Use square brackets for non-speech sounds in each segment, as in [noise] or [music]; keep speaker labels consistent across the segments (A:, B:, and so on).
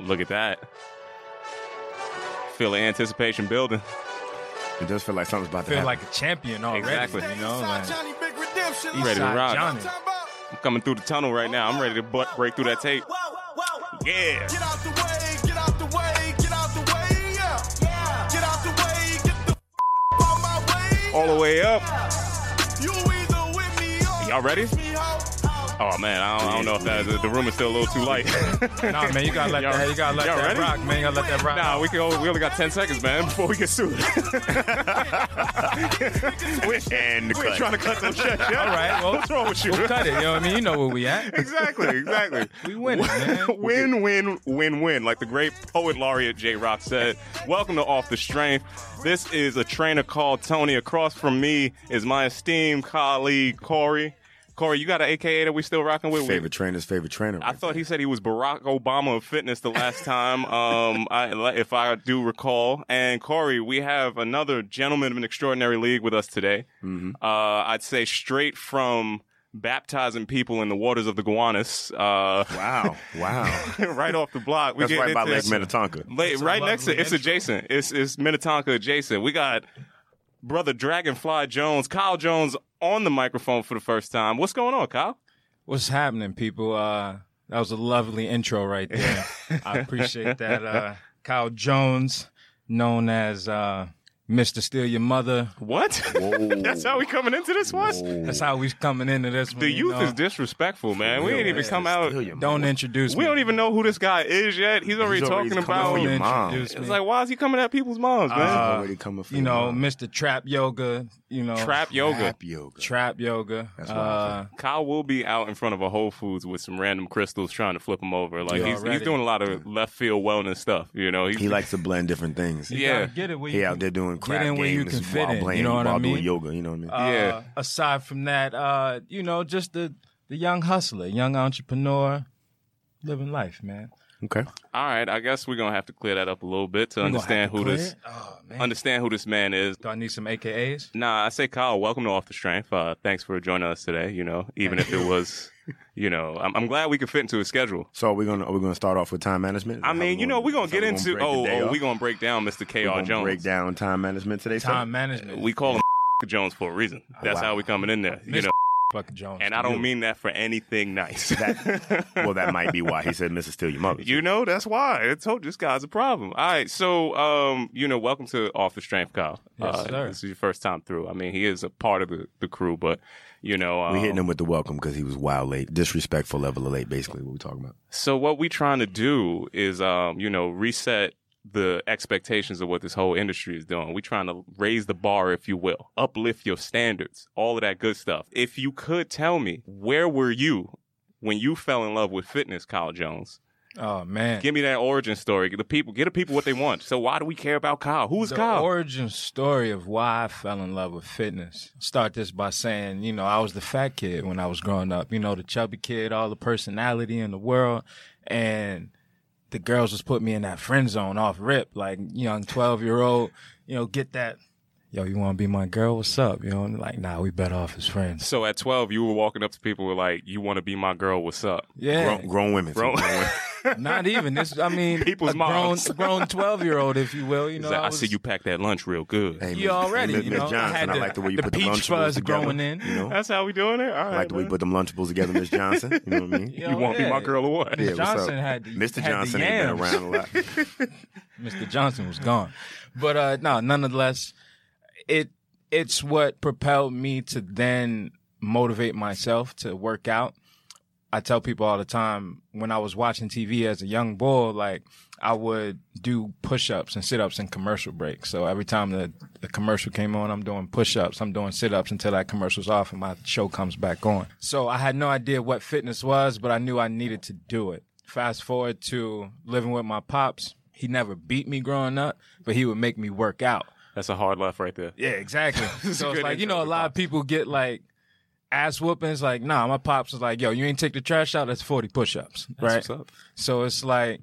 A: Look at that. Feel the anticipation building.
B: It does feel like something's about to
C: Feel
B: happen.
C: like a champion already.
A: Exactly.
C: You know, like,
D: Johnny Big Redemption.
C: East
A: Ready to
C: Side
A: rock.
C: Johnny.
A: I'm coming through the tunnel right now. I'm ready to butt break through that tape. Yeah.
D: Get out the way, get out the way, get out the way, yeah. Get out the way, get the f- out my way.
A: All the way up.
D: You either with me or
A: Y'all ready?
D: against me, ho. Out.
A: Oh man, I don't, I don't know if that the room is still a little too light. [laughs]
C: Nah, man, you gotta let
A: Y'all-
C: that. You gotta let
A: y'all
C: that
A: ready?
C: rock, man. You gotta let that rock.
A: nah, we can. Only, we only got ten seconds, man, before we get sued. [laughs]
B: and the
A: we ain't
B: cut.
A: trying to cut that shit.
C: All right, well,
A: what's wrong with you?
C: We'll cut it. You know what I mean? You know where we at.
A: [laughs] exactly, exactly. [laughs]
C: We winning, man.
A: win, win, win, win. Like the great poet laureate J. Rock said, welcome to Off the Strength. This is a trainer called Tony. Across from me is my esteemed colleague, Corey. Corey, you got an AKA that we still rocking with?
B: favorite trainer's favorite trainer.
A: I thought he said he was Barack Obama of fitness the last time, um, I, if I do recall. And Corey, we have another gentleman of an extraordinary league with us today. Uh, I'd say straight from baptizing people in the waters of the Gowanus. Uh,
B: Wow, wow.
A: [laughs] right off the block. We
B: That's right
A: getting
B: by
A: into-
B: Lake Minnetonka.
A: La-
C: a
A: right next to
C: lovely
A: it's
C: intro.
A: adjacent. It's it's Minnetonka adjacent. We got brother Dragonfly Jones, Kyle Jones on the microphone for the first time. What's going on, Kyle?
C: What's happening, people? Uh, that was a lovely intro right
A: [laughs]
C: there. I appreciate that. Uh, Kyle Jones, known as uh, Mr. Steal Your Mother.
A: What? [laughs] That's how we coming into this one.
C: That's how we coming into this one.
A: The
C: you
A: youth
C: know.
A: is disrespectful, man. we ain't even come out.
B: Steal your
C: Don't introduce
A: We
C: me.
A: don't even know who this guy is yet. He's already
B: He's already
A: talking
B: coming for Uh,
A: about.
B: your mom.
C: introduce
A: It's
C: me.
A: like, why is he coming at people's moms, man?
B: mom. Where they coming from?
C: you know,
B: mom?
C: Mr. Trap Yoga. You know,
A: Trap yoga.
B: Rap yoga.
C: Trap Yoga.
B: That's what I
C: uh,
A: Kyle will be out in front of a Whole Foods with some random crystals trying to flip him over. Like
C: Yeah,
A: he's, he's
C: already.
A: doing a lot of left field wellness stuff. You know, he's,
B: He likes to blend different things.
A: Yeah.
C: you gotta Get it where you
B: He
C: can-
B: out there doing crap
C: in
B: games
C: where you can fit
B: while
C: in,
B: playing,
C: you know what I
B: while doing
C: mean?
B: yoga. You know what I mean?
C: Uh,
A: Yeah.
C: Aside from that, uh, you know, just the the young hustler, young entrepreneur, living life, man.
B: okay.
A: All right, I guess we're gonna have to clear that up a little bit to
C: You gonna
A: understand
C: have to
A: who
C: clear
A: this
C: it? Oh man.
A: understand who this man is.
C: Do I need some AKAs?
A: Nah, I say Kyle, welcome to Off the Strength. Uh, thanks for joining us today. You know, even if it was, you know, I'm, I'm glad we could fit into his schedule.
B: So are we gonna are we gonna start off with time management?
A: I mean, you know, we're gonna get into oh, oh we're gonna break down Mr.
B: we
A: K.R.
B: gonna
A: Jones.
B: break down time management today. sir?
C: Time management.
A: We call him [laughs] Jones for a reason. That's
B: Wow.
A: how we coming in there. You
C: Mr.
A: know,
C: fucking Jones.
A: and I don't mean that for anything nice. [laughs]
B: That, well, that might be why he said, "Mrs. Steal Your Mother."
A: You know, that's why. I told you this guy's a problem. All right. So, um, you know, welcome to Off the Strength, Kyle.
C: Yes,
A: uh,
C: sir.
A: This is your first time through. I mean, he is a part of the, the crew, but, you know. Um,
B: we hitting him with the welcome because he was wild late, disrespectful level of late. Basically, what we talking about?
A: So, what we trying to do is, um, you know, reset the expectations of what this whole industry is doing. we trying to raise the bar, if you will, uplift your standards, all of that good stuff. If you could tell me, where were you when you fell in love with fitness, Kyle Jones?
C: Oh man.
A: Give me that origin story. Get the people, get the people what they want. So why do we care about Kyle? Who's
C: the
A: Kyle?
C: origin story of why I fell in love with fitness. Start this by saying, you know, I was the fat kid when I was growing up. You know, the chubby kid, all the personality in the world, and the girls was putting me in that friend zone off rip, like young twelve year old. You know, get that. Yo, you want to be my girl? What's up? You know, and like, nah, we better off as friends.
A: so at twelve, you were walking up to people who were like, "You want to be my girl? What's up?"
C: Yeah,
B: Grown, grown women.
A: Grown- [laughs]
B: women.
C: not even this. I mean,
A: People's
C: a grown,
A: moms.
C: grown twelve year old, if you will. You know,
A: He's like, I,
C: was-
A: see you pack that lunch real good.
B: Hey,
C: You
B: Miss-
C: already,
B: Miss-
C: you
B: Miss
C: know, I
B: Johnson. I,
C: had the-
B: like the way you
C: the
B: put the
C: peach
B: lunchables
C: fuzz
B: together,
C: growing in.
B: You know,
A: That's how we doing it. All
B: I
A: right,
B: like the way you
A: man.
B: put them lunchables together, Miss Johnson. You know
A: [laughs]
B: what I mean?
C: Yo,
A: you want to be my
C: yeah.
A: girl or what?
B: Yeah, what's up?
C: Johnson had the-
B: Mr.
C: had the
B: Johnson ain't been
C: yams.
B: around a
A: [laughs]
B: lot.
C: Mr. Johnson was gone. [laughs] But uh no, nonetheless, it it's what propelled me to then motivate myself to work out. I tell people all the time when I was watching TV as a young boy, like I would do push ups and sit ups and commercial breaks. So every time the, the commercial came on, I'm doing push ups, I'm doing sit ups until that commercial's off and my show comes back on. So I had no idea what fitness was, but I knew I needed to do it. Fast forward to living with my pops. He never beat me growing up, but he would make me work out.
A: That's a hard left right there.
C: Yeah, exactly. so
A: good
C: [laughs] it's like, you
A: intro
C: know, a
A: to
C: lot of people get like ass whoopings. Like, nah, my pops was like, yo, you ain't take the trash out. That's 40 push ups. Right.
A: What's up?
C: So it's like,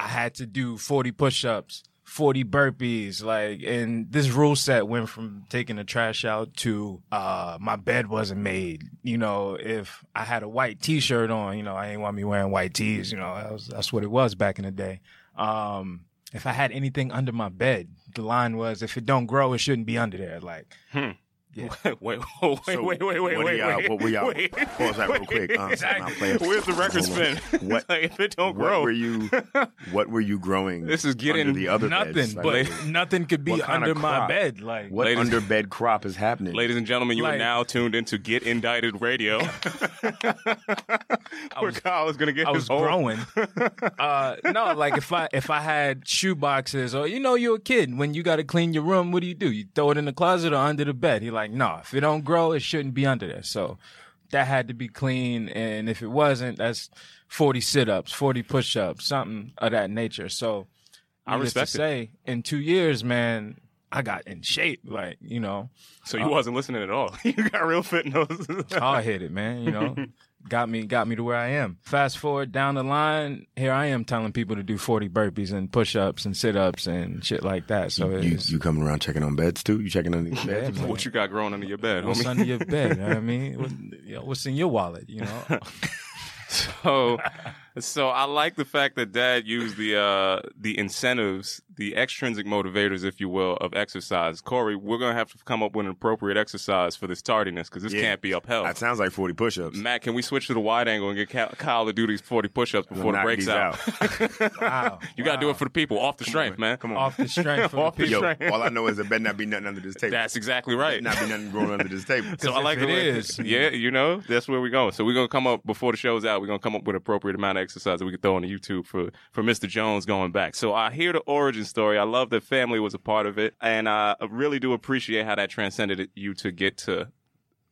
C: I had to do 40 push ups, 40 burpees. Like, and this rule set went from taking the trash out to, uh, my bed wasn't made. You know, if I had a white t shirt on, you know, I ain't want me wearing white tees. You know, that was, that's what it was back in the day. Um, if I had anything under my bed, the line was, if it don't grow, it shouldn't be under there. Like,
A: [laughs] wait, wait, wait,
B: So
A: wait, wait, wait,
B: what do
A: wait,
B: y'all-
A: wait.
B: What were y'all? [laughs]
A: wait.
B: Pause that real quick. Um, stop my playing.
A: Where's the record
B: Hold on.
A: spin? [laughs]
B: What?
A: like, if it don't
B: what
A: grow, [laughs]
B: were you? What were you growing?
A: This is getting
B: under the other beds?
C: nothing,
B: Like,
A: but-
B: what-
C: nothing could be
B: What kind
C: under
B: of
C: my
B: crop?
C: bed. Like,
B: what
A: Ladies-
B: under bed crop is happening?
A: Ladies and gentlemen, you are
C: Like-
A: now tuned into Get Indicted Radio. [laughs] Where Kyle is going to get
C: I
A: his
C: was
A: whole- [laughs]
C: growing. uh, no, like if I if I had shoe boxes or you know you're a kid when you got to clean your room, what do you do? You throw it in the closet or under the bed. He like, no, if it don't grow, it shouldn't be under there. So that had to be clean, and if it wasn't, that's forty sit ups, forty push ups, something of that nature. So
A: I
C: needless
A: respect
C: to
A: it.
C: say, in two years, man, I got in shape. Like you know,
A: So you wasn't listening at all. [laughs] you got real fit in those.
C: hard headed, man. You know, got me, got me to where I am. Fast forward down the line, here I am telling people to do forty burpees and push ups and sit ups and shit like that. So
B: you,
C: it's
B: you coming around checking on beds too? You checking on these beds?
A: [laughs]
C: man.
A: what you got growing under your bed,
C: what's
A: homie?
C: under your bed. You know what I mean, what, you know, what's in your wallet? You know,
A: [laughs] So, so I like the fact that Dad used the uh, the incentives, the extrinsic motivators, if you will, of exercise. Corey, we're gonna have to come up with an appropriate exercise for this tardiness because this
B: Yeah.
A: can't be upheld.
B: That sounds like forty push-ups.
A: Matt, can we switch to the wide angle and get Ky- Kyle to do these forty push-ups before the
B: Knock
A: breaks
B: these
A: out? [laughs]
C: wow.
A: You gotta do it for the people, off the strength, man. Come
C: off the
A: Off
C: strength. off
A: the
C: the
B: Yo,
A: right.
B: all I know is there better not be nothing under this table.
A: That's exactly right.
B: not be nothing growing under this table.
A: So I
C: if
A: like the
C: it
A: way-
C: is-
A: Yeah, you know, that's where we're going. So we're gonna come up before the show's out. We're gonna come up with appropriate amount of exercise that we can throw on the YouTube for for Mr. Jones going back. So I hear the origin story. I love that family was a part of it, and I really do appreciate how that transcended you to get to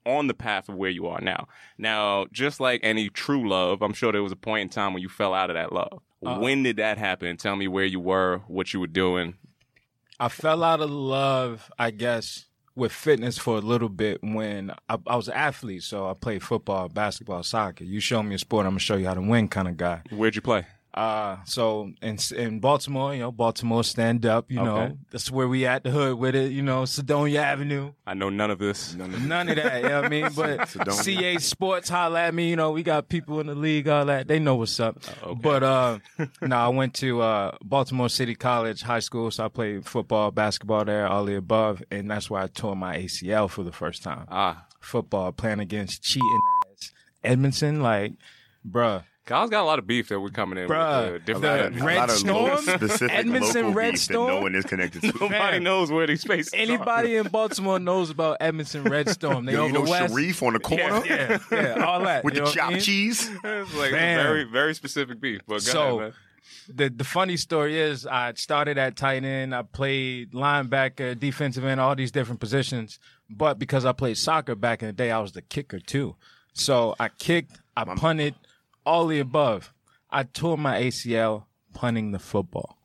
A: on the path of where you are now. Now, just like any true love, I'm sure there was a point in time when you fell out of that love. when did that happen? Tell me where you were, what you were doing.
C: I fell out of love, I guess, with fitness for a little bit when I, I was an athlete. So I played football, basketball, soccer. You show me a sport, I'm gonna show you how to win, kind of guy.
A: Where'd you play?
C: Uh, so in in Baltimore, you know, Baltimore stand up, you
A: Okay.
C: know, that's where we at the hood with it, you know, Sedonia Avenue.
A: I know none of this.
B: None of
C: None of that, you know what I mean? But
B: Sedonia.
C: CA Sports holla at me, you know, we got people in the league, all that. They know what's up. But uh [laughs] no, I went to uh Baltimore City College High School, so I played football, basketball there, all the above, and that's where I tore my ACL for the first time.
A: Ah,
C: Football playing against cheating ass Edmondson, like, bruh.
A: Kyle's got a lot of beef that we're coming in
C: Bruh,
A: with. Uh, different
C: the
A: than-
B: a
C: Red
B: lot of local-
C: Storm?
B: specific
C: Edmondson
B: local
C: Red
B: beef
C: Storm?
B: That no one is
A: [laughs]
B: connected to.
A: Nobody
C: Fam.
A: knows where these spaces
C: Anybody in Baltimore knows about Edmondson Red Storm. They
B: Yo, you
C: over
B: know
C: west.
B: Sharif on the corner
C: Yeah, yeah, all that.
B: with
C: you
B: the
C: know what I
B: chopped
C: mean?
B: cheese.
A: are. [laughs] It's like
C: Fam.
A: very, very specific beef. But go ahead,
C: So-
A: man.
C: The the funny story is, I started at tight end. I played linebacker, defensive end, all these different positions. But because I played soccer back in the day, I was the kicker too. So I kicked, I punted, all the above. I tore my ACL punting the football.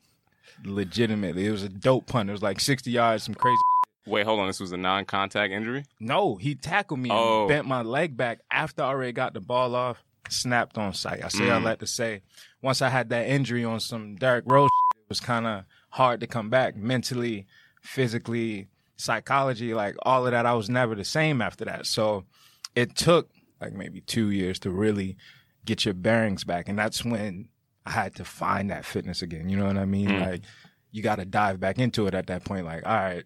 C: Legitimately, it was a dope punt. It was like sixty yards, some crazy.
A: Wait, hold on. This was a non-contact injury.
C: No, he tackled me
A: Oh.
C: and bent my leg back after I already got the ball off, snapped on sight. I say I like to say, once I had that injury on some Derrick Rose, shit, it was kind of hard to come back mentally, physically, psychology, like all of that. I was never the same after that. So it took like maybe two years to really get your bearings back. And that's when I had to find that fitness again. You know what I mean? Like, you got to dive back into it at that point. Like, all right,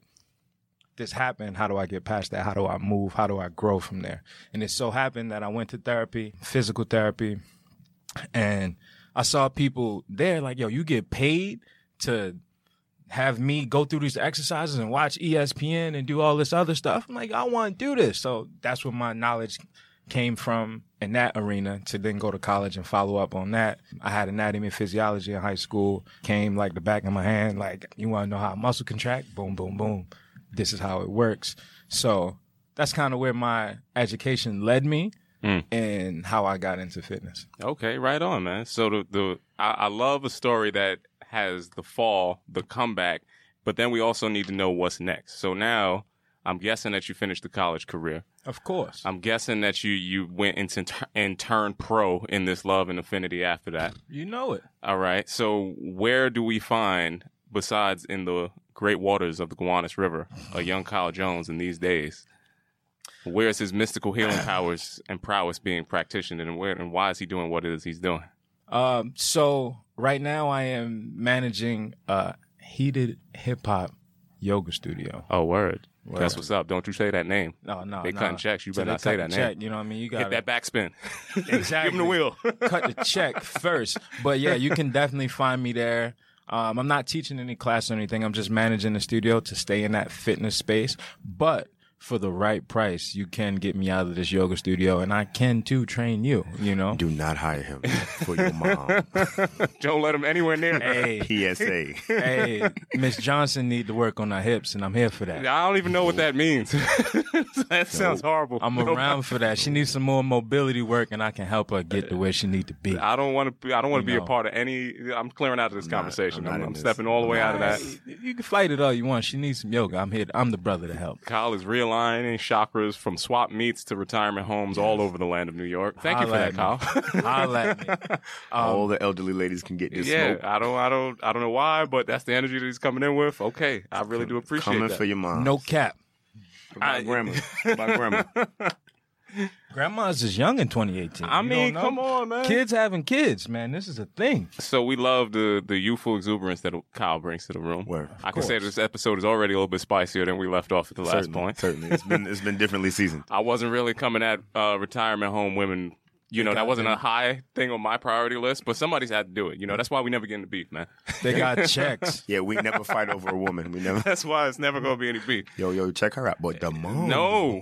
C: this happened. How do I get past that? How do I move? How do I grow from there? And it so happened that I went to therapy, physical therapy, and I saw people there like, yo, you get paid to have me go through these exercises and watch E ESPN and do all this other stuff. I'm like, I want to do this. So that's where my knowledge came from in that arena to then go to college and follow up on that. I had anatomy and physiology in high school, came like the back of my hand, like, you want to know how muscle contract? Boom, boom, boom. This is how it works. So that's kind of where my education led me
A: Mm.
C: and how I got into fitness.
A: Okay, right on, man. So the the I, I love a story that has the fall, the comeback, but then we also need to know what's next. So now. I'm guessing that you finished the college career.
C: Of course.
A: I'm guessing that you you went into tur- and turned pro in this love and affinity after that.
C: You know it.
A: All right. So where do we find besides in the great waters of the Gowanus River, a young Kyle Jones in these days? Where is his mystical healing powers and prowess being practiced, and where and why is he doing what it is he's doing?
C: Um, so right now I am managing a heated hip hop yoga studio.
A: Oh, word.
C: Word.
A: That's what's up. Don't you say that name.
C: No, no,
A: They
C: no.
A: cutting checks. You
C: So
A: better
C: they
A: not say
C: cut
A: that
C: the
A: name.
C: Check, you know what I mean? You
A: Hit that
C: got
A: backspin. [laughs] Give him
C: Exactly.
A: the wheel.
C: [laughs] cut the check first. But yeah, you can definitely find me there. Um, I'm not teaching any class or anything. I'm just managing the studio to stay in that fitness space. But for the right price, you can get me out of this yoga studio, and I can too train you. You know.
B: [laughs] Do not hire him for your mom.
A: [laughs] Don't let him anywhere near.
C: Hey,
B: PSA.
C: hey, Miss Johnson need to work on her hips, and I'm here for
A: [laughs]
C: that.
A: I don't even know what that means. [laughs] that sounds horrible.
C: I'm around for that. She needs some more mobility work, and I can help her get to where she need to be.
A: I don't want to. I don't want to be
C: No.
A: a part of any. I'm clearing out of this conversation.
B: not
A: I'm,
B: in
A: I'm
B: this.
A: stepping all the way out of that.
C: You can fight it all you want. She needs some yoga. I'm here. I'm the brother to help.
A: Kyle is realigning chakras from swap meets to retirement homes all over the land of New York. Thank you for
C: Holla
A: that, Kyle.
C: at me. [laughs] Holla
A: [laughs]
C: at me.
B: All the elderly ladies can [laughs] get this
A: Um, yeah,
B: smoke.
A: I don't, I don't, I don't know why, but that's the energy that he's coming in with. Okay, I really do appreciate
B: Coming
A: that.
B: for your mom.
C: No cap.
B: By
A: I- [laughs]
B: grandma. By grandma.
C: Grandma's is young in 2018.
A: I
C: You
A: mean,
C: don't know?
A: come on, man.
C: Kids having kids, man. This is a thing.
A: So we love the the youthful exuberance that Kyle brings to the room.
B: Word. Of
A: I can say this episode is already a little bit spicier than we left off at the last
B: Certainly,
A: point.
B: Certainly. It's been, it's been differently seasoned.
A: I wasn't really coming at uh, retirement home women. You know, that wasn't a high thing on my priority list, but somebody's had to do it. You
B: Mm-hmm.
A: know, that's why we never get into beef, man.
C: They
A: [laughs]
C: got checks.
B: Yeah, we never fight over a woman. We never.
A: That's why it's never going to be any beef.
B: Yo, yo, check her out. But the mom.
A: No.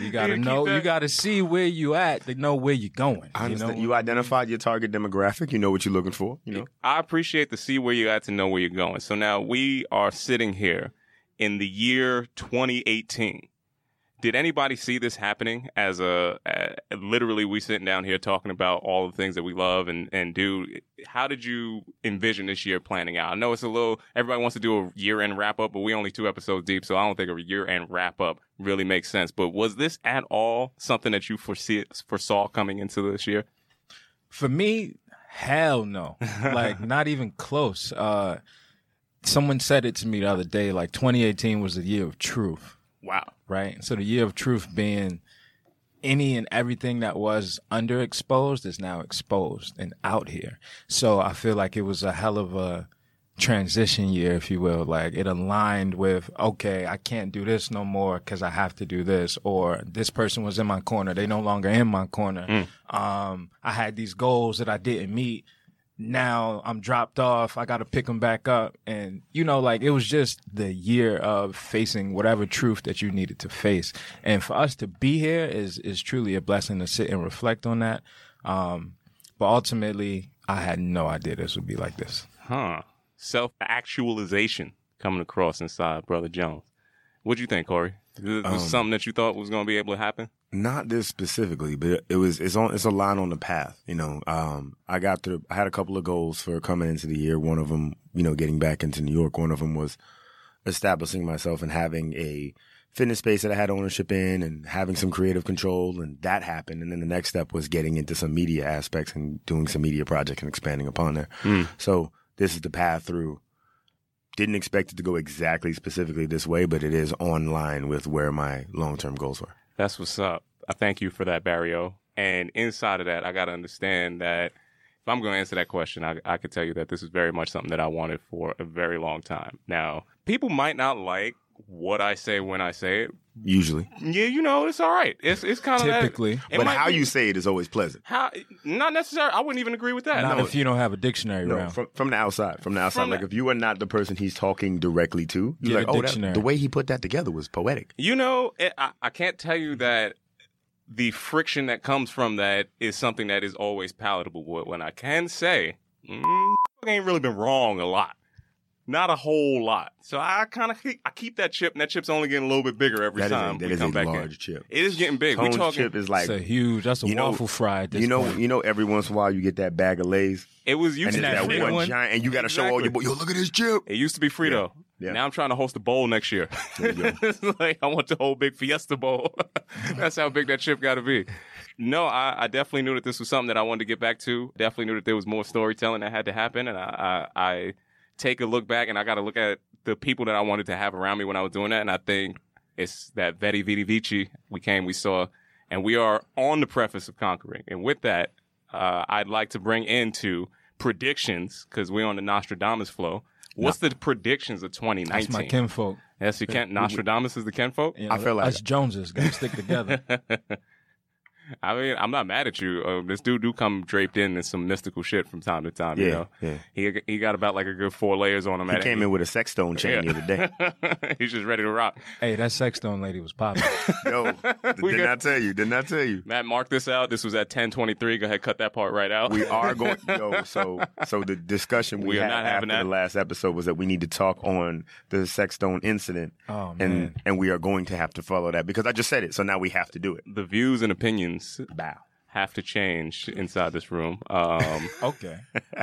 C: You gotta
A: keep
C: know. You
A: that-
C: gotta see where you at to know where you're going.
B: I
C: you know.
B: understand. You, identified your target demographic. You know what you're looking for. You know.
A: I appreciate to see where you're at to know where you're going. So now we are sitting here in the year 2018. Did anybody see this happening as a, a literally we sitting down here talking about all the things that we love and, and do? How did you envision this year planning out? I know it's a little, everybody wants to do a year end wrap up, but we only two episodes deep, so I don't think a year end wrap up really makes sense. But was this at all something that you foresee, foresaw coming into this year?
C: For me, hell no. Like not even close. Uh, someone said it to me the other day. Like 2018 was the year of truth.
A: Wow.
C: right? So the year of truth being any and everything that was underexposed is now exposed and out here. So I feel like it was a hell of a transition year, if you will. Like it aligned with, okay, I can't do this no more because I have to do this, or this person was in my corner. They no longer in my corner. Um, I had these goals that I didn't meet. Now I'm dropped off. I got to pick them back up. And, you know, like it was just the year of facing whatever truth that you needed to face. And for us to be here is, is truly a blessing to sit and reflect on that. Um, but ultimately, I had no idea this would be like this.
A: Huh. Self actualization coming across inside Brother Jones. What'd you think, Corey? Was was something that you thought was going to be able to happen?
B: Not this specifically, but it was. It's on. It's a line on the path. You know. Um. I got through. I had a couple of goals for coming into the year. One of them, you know, getting back into New York. One of them was establishing myself and having a fitness space that I had ownership in and having some creative control and that happened and then the next step was getting into some media aspects and doing some media projects and expanding upon that. So this is the path through. Didn't expect it to go exactly specifically this way, but it is on line with where my long term goals were.
A: That's what's up. I thank you for that, Barrio. And inside of that, I got to understand that if I'm going to answer that question, I, I could tell you that this is very much something that I wanted for a very long time. Now, people might not like what I say when I say it.
B: Usually.
A: Yeah, you know, it's all right. It's it's kind of
C: Typically.
A: That, it
B: but
A: might
B: how
A: be-
B: you say it is always pleasant.
A: how not necessarily. I wouldn't even agree with that.
C: Not
A: No,
C: if you don't have a dictionary
B: No,
C: around.
B: from from the outside. From the outside.
A: From the-
B: like if you are not the person he's talking directly to,
C: Get
B: you're
C: a
B: like, oh, that,
C: dictionary.
B: the way he put that together was poetic.
A: You know, it, I, I can't tell you that the friction that comes from that is something that is always palatable. But when I can say, mm, ain't really been wrong a lot. Not a whole lot. So I kind of I keep that chip, and that chip's only getting a little bit bigger every
B: That is
A: time
B: a, that
A: we
B: is
A: come
B: a
A: back
B: large
A: in.
B: chip.
A: It is getting big.
B: Tone's
A: we talking.
B: chip is like
C: it's a huge, that's a
B: you know-
C: waffle fry. At this
B: you know
C: point.
B: you know every once in a while you get that bag of Lay's
A: it was used
B: and
A: to
B: it's
A: be
B: that
C: that
A: free.
B: one,
C: one?
B: giant and you got to show all your boy.
A: Exactly.
B: Yo, look at this chip.
A: It used to be Frito.
B: Yeah.
A: Now I'm trying to host a bowl next year. [laughs] it's like I want the whole big Fiesta bowl. [laughs] That's how big that chip got to be. No, I, I definitely knew that this was something that I wanted to get back to. Definitely knew that there was more storytelling that had to happen, and I, I, I take a look back and I got to look at the people that I wanted to have around me when I was doing that. And I think it's that Vedi Vidi Vici we came, we saw, and we are on the preface of conquering. And with that, uh, I'd like to bring into predictions because we're on the Nostradamus flow. What's the predictions of 2019?
C: That's my kinfolk.
A: Yes, you can't. Nostradamus is the kinfolk.
C: You
B: I feel like-
C: us Joneses gotta
B: [laughs]
C: stick together.
A: [laughs] I mean, I'm not mad at you. Um, this dude do come draped in in some mystical shit from time to time. You
B: Yeah,
A: know,
B: yeah.
A: he he got about like a good four layers on him.
B: He
A: at
B: came in with a sex stone chain the other day.
A: He's just ready to rock.
C: hey, that sex stone lady
B: [laughs]
C: was popping.
B: Yo,
A: [laughs] We
B: didn't
A: got-
B: I tell you? Didn't I tell you?
A: Matt, mark this out. This was at 10:23. Go ahead, cut that part right out.
B: We
A: [laughs]
B: are going. Yo, so so the discussion we,
A: We are
B: had
A: not
B: after
A: having
B: the
A: that.
B: last episode was that we need to talk on the sex stone incident,
C: Oh,
B: and
C: man.
B: and we are going to have to follow that because I just said it, so now we have to do it.
A: the views and opinions
B: Bow.
A: have to change inside this room [laughs] um,
C: okay.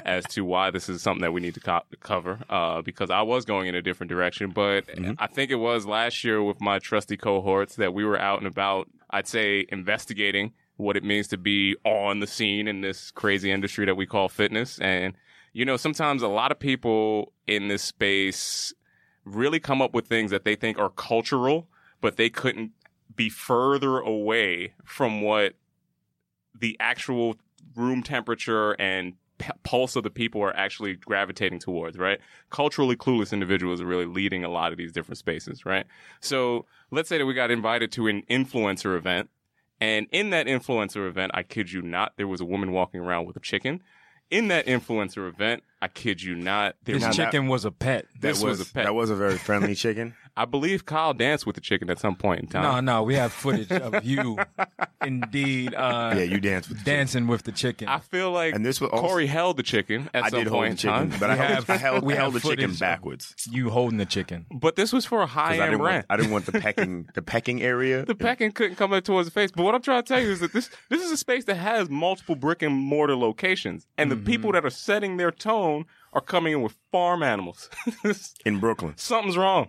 A: as to why this is something that we need to co- cover. Uh, because I was going in a different direction, but I think it was last year with my trusty cohorts that we were out and about. I'd say investigating what it means to be on the scene in this crazy industry that we call fitness, and you know sometimes a lot of people in this space really come up with things that they think are cultural, but they couldn't be further away from what the actual room temperature and p- pulse of the people are actually gravitating towards, right? Culturally clueless individuals are really leading a lot of these different spaces, right? So let's say that we got invited to an influencer event. And in that influencer event, I kid you not, there was a woman walking around with a chicken. In that influencer event, I kid you not, there
C: This
A: was,
C: chicken was a pet.
A: this
B: that was,
A: was a pet.
B: That was a very
A: [laughs]
B: friendly chicken.
A: I believe Kyle danced with the chicken at some point in time.
C: No, no, we have footage of you indeed uh
B: yeah, you danced with the chicken.
C: dancing with the chicken.
A: I feel like
B: And this was also-
A: Corey held the chicken at
B: I
A: some
B: did hold the
A: point in
B: chicken,
A: time.
B: but I
C: We
B: held,
C: have-
B: I held,
C: we
B: I held the
C: have
B: chicken
C: footage.
B: backwards. 'Cause
C: you holding the chicken.
A: But this was for a high
B: I
A: end
B: didn't, want,
A: rant.
B: I didn't want the
C: [laughs]
B: pecking the pecking area.
A: the pecking couldn't come up towards the face. But what I'm trying to tell you is that this this is a space that has multiple brick and mortar locations, and
C: Mm-hmm.
A: the people that are setting their tone are coming in with farm animals. [laughs]
B: in
C: [laughs]
B: Brooklyn.
A: Something's wrong.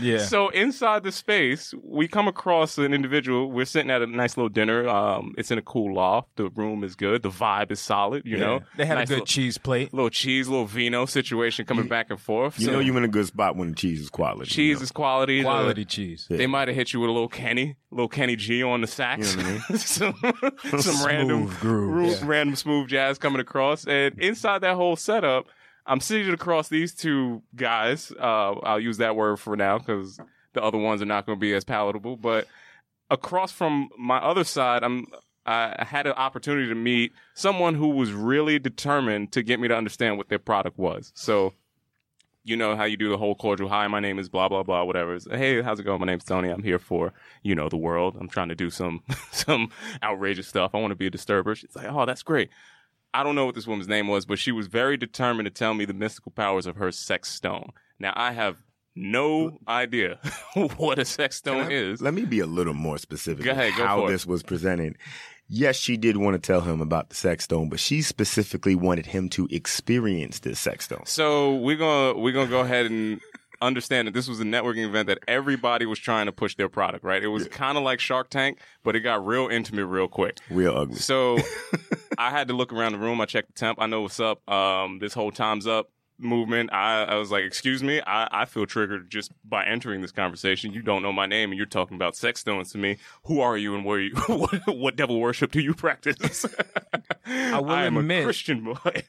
C: Yeah.
A: So inside the space, we come across an individual. We're sitting at a nice little dinner. Um, it's in a cool loft. The room is good. The vibe is solid. You know,
C: they had
A: Nice
C: a good
A: little-
C: cheese plate.
A: little cheese, little vino situation coming back and forth.
B: You
A: So
B: know you in a good spot when the cheese is quality. you
A: cheese is quality. The-
C: Quality cheese.
A: They might have hit you with a little Kenny, little Kenny G on the sax.
B: You know what
A: [laughs] some [laughs] some random
C: groove,
A: ru-
C: yeah.
A: random smooth jazz coming across. And inside that whole setup, I'm sitting across these two guys. Uh, I'll use that word for now because the other ones are not going to be as palatable. But across from my other side, I'm I had an opportunity to meet someone who was really determined to get me to understand what their product was. So you know how you do the whole cordial hi my name is blah blah blah whatever it's, hey how's it going my name's tony i'm here for you know the world i'm trying to do some [laughs] some outrageous stuff i want to be a disturber she's like oh that's great i don't know what this woman's name was but she was very determined to tell me the mystical powers of her sex stone now i have no idea [laughs] what a sex stone is
B: Let me be a little more specific.
A: Go
B: with
A: ahead, go
B: how
A: for it.
B: this was presented. Yes, she did want to tell him about the sex stone, but she specifically wanted him to experience this sex stone.
A: so we're gonna we're gonna go ahead and understand that this was a networking event that everybody was trying to push their product right it was kind of like shark tank but it got real intimate real quick
B: Real ugly.
A: So I had to look around the room. I checked the temp. I know what's up. Um, this whole time's up movement. I, I was like, excuse me, I, I feel triggered just by entering this conversation. You don't know my name and you're talking about sex stones to me. Who are you and where you [laughs] what, what devil worship do you practice? [laughs] I
C: will
A: am
C: admit-
A: a Christian boy. [laughs]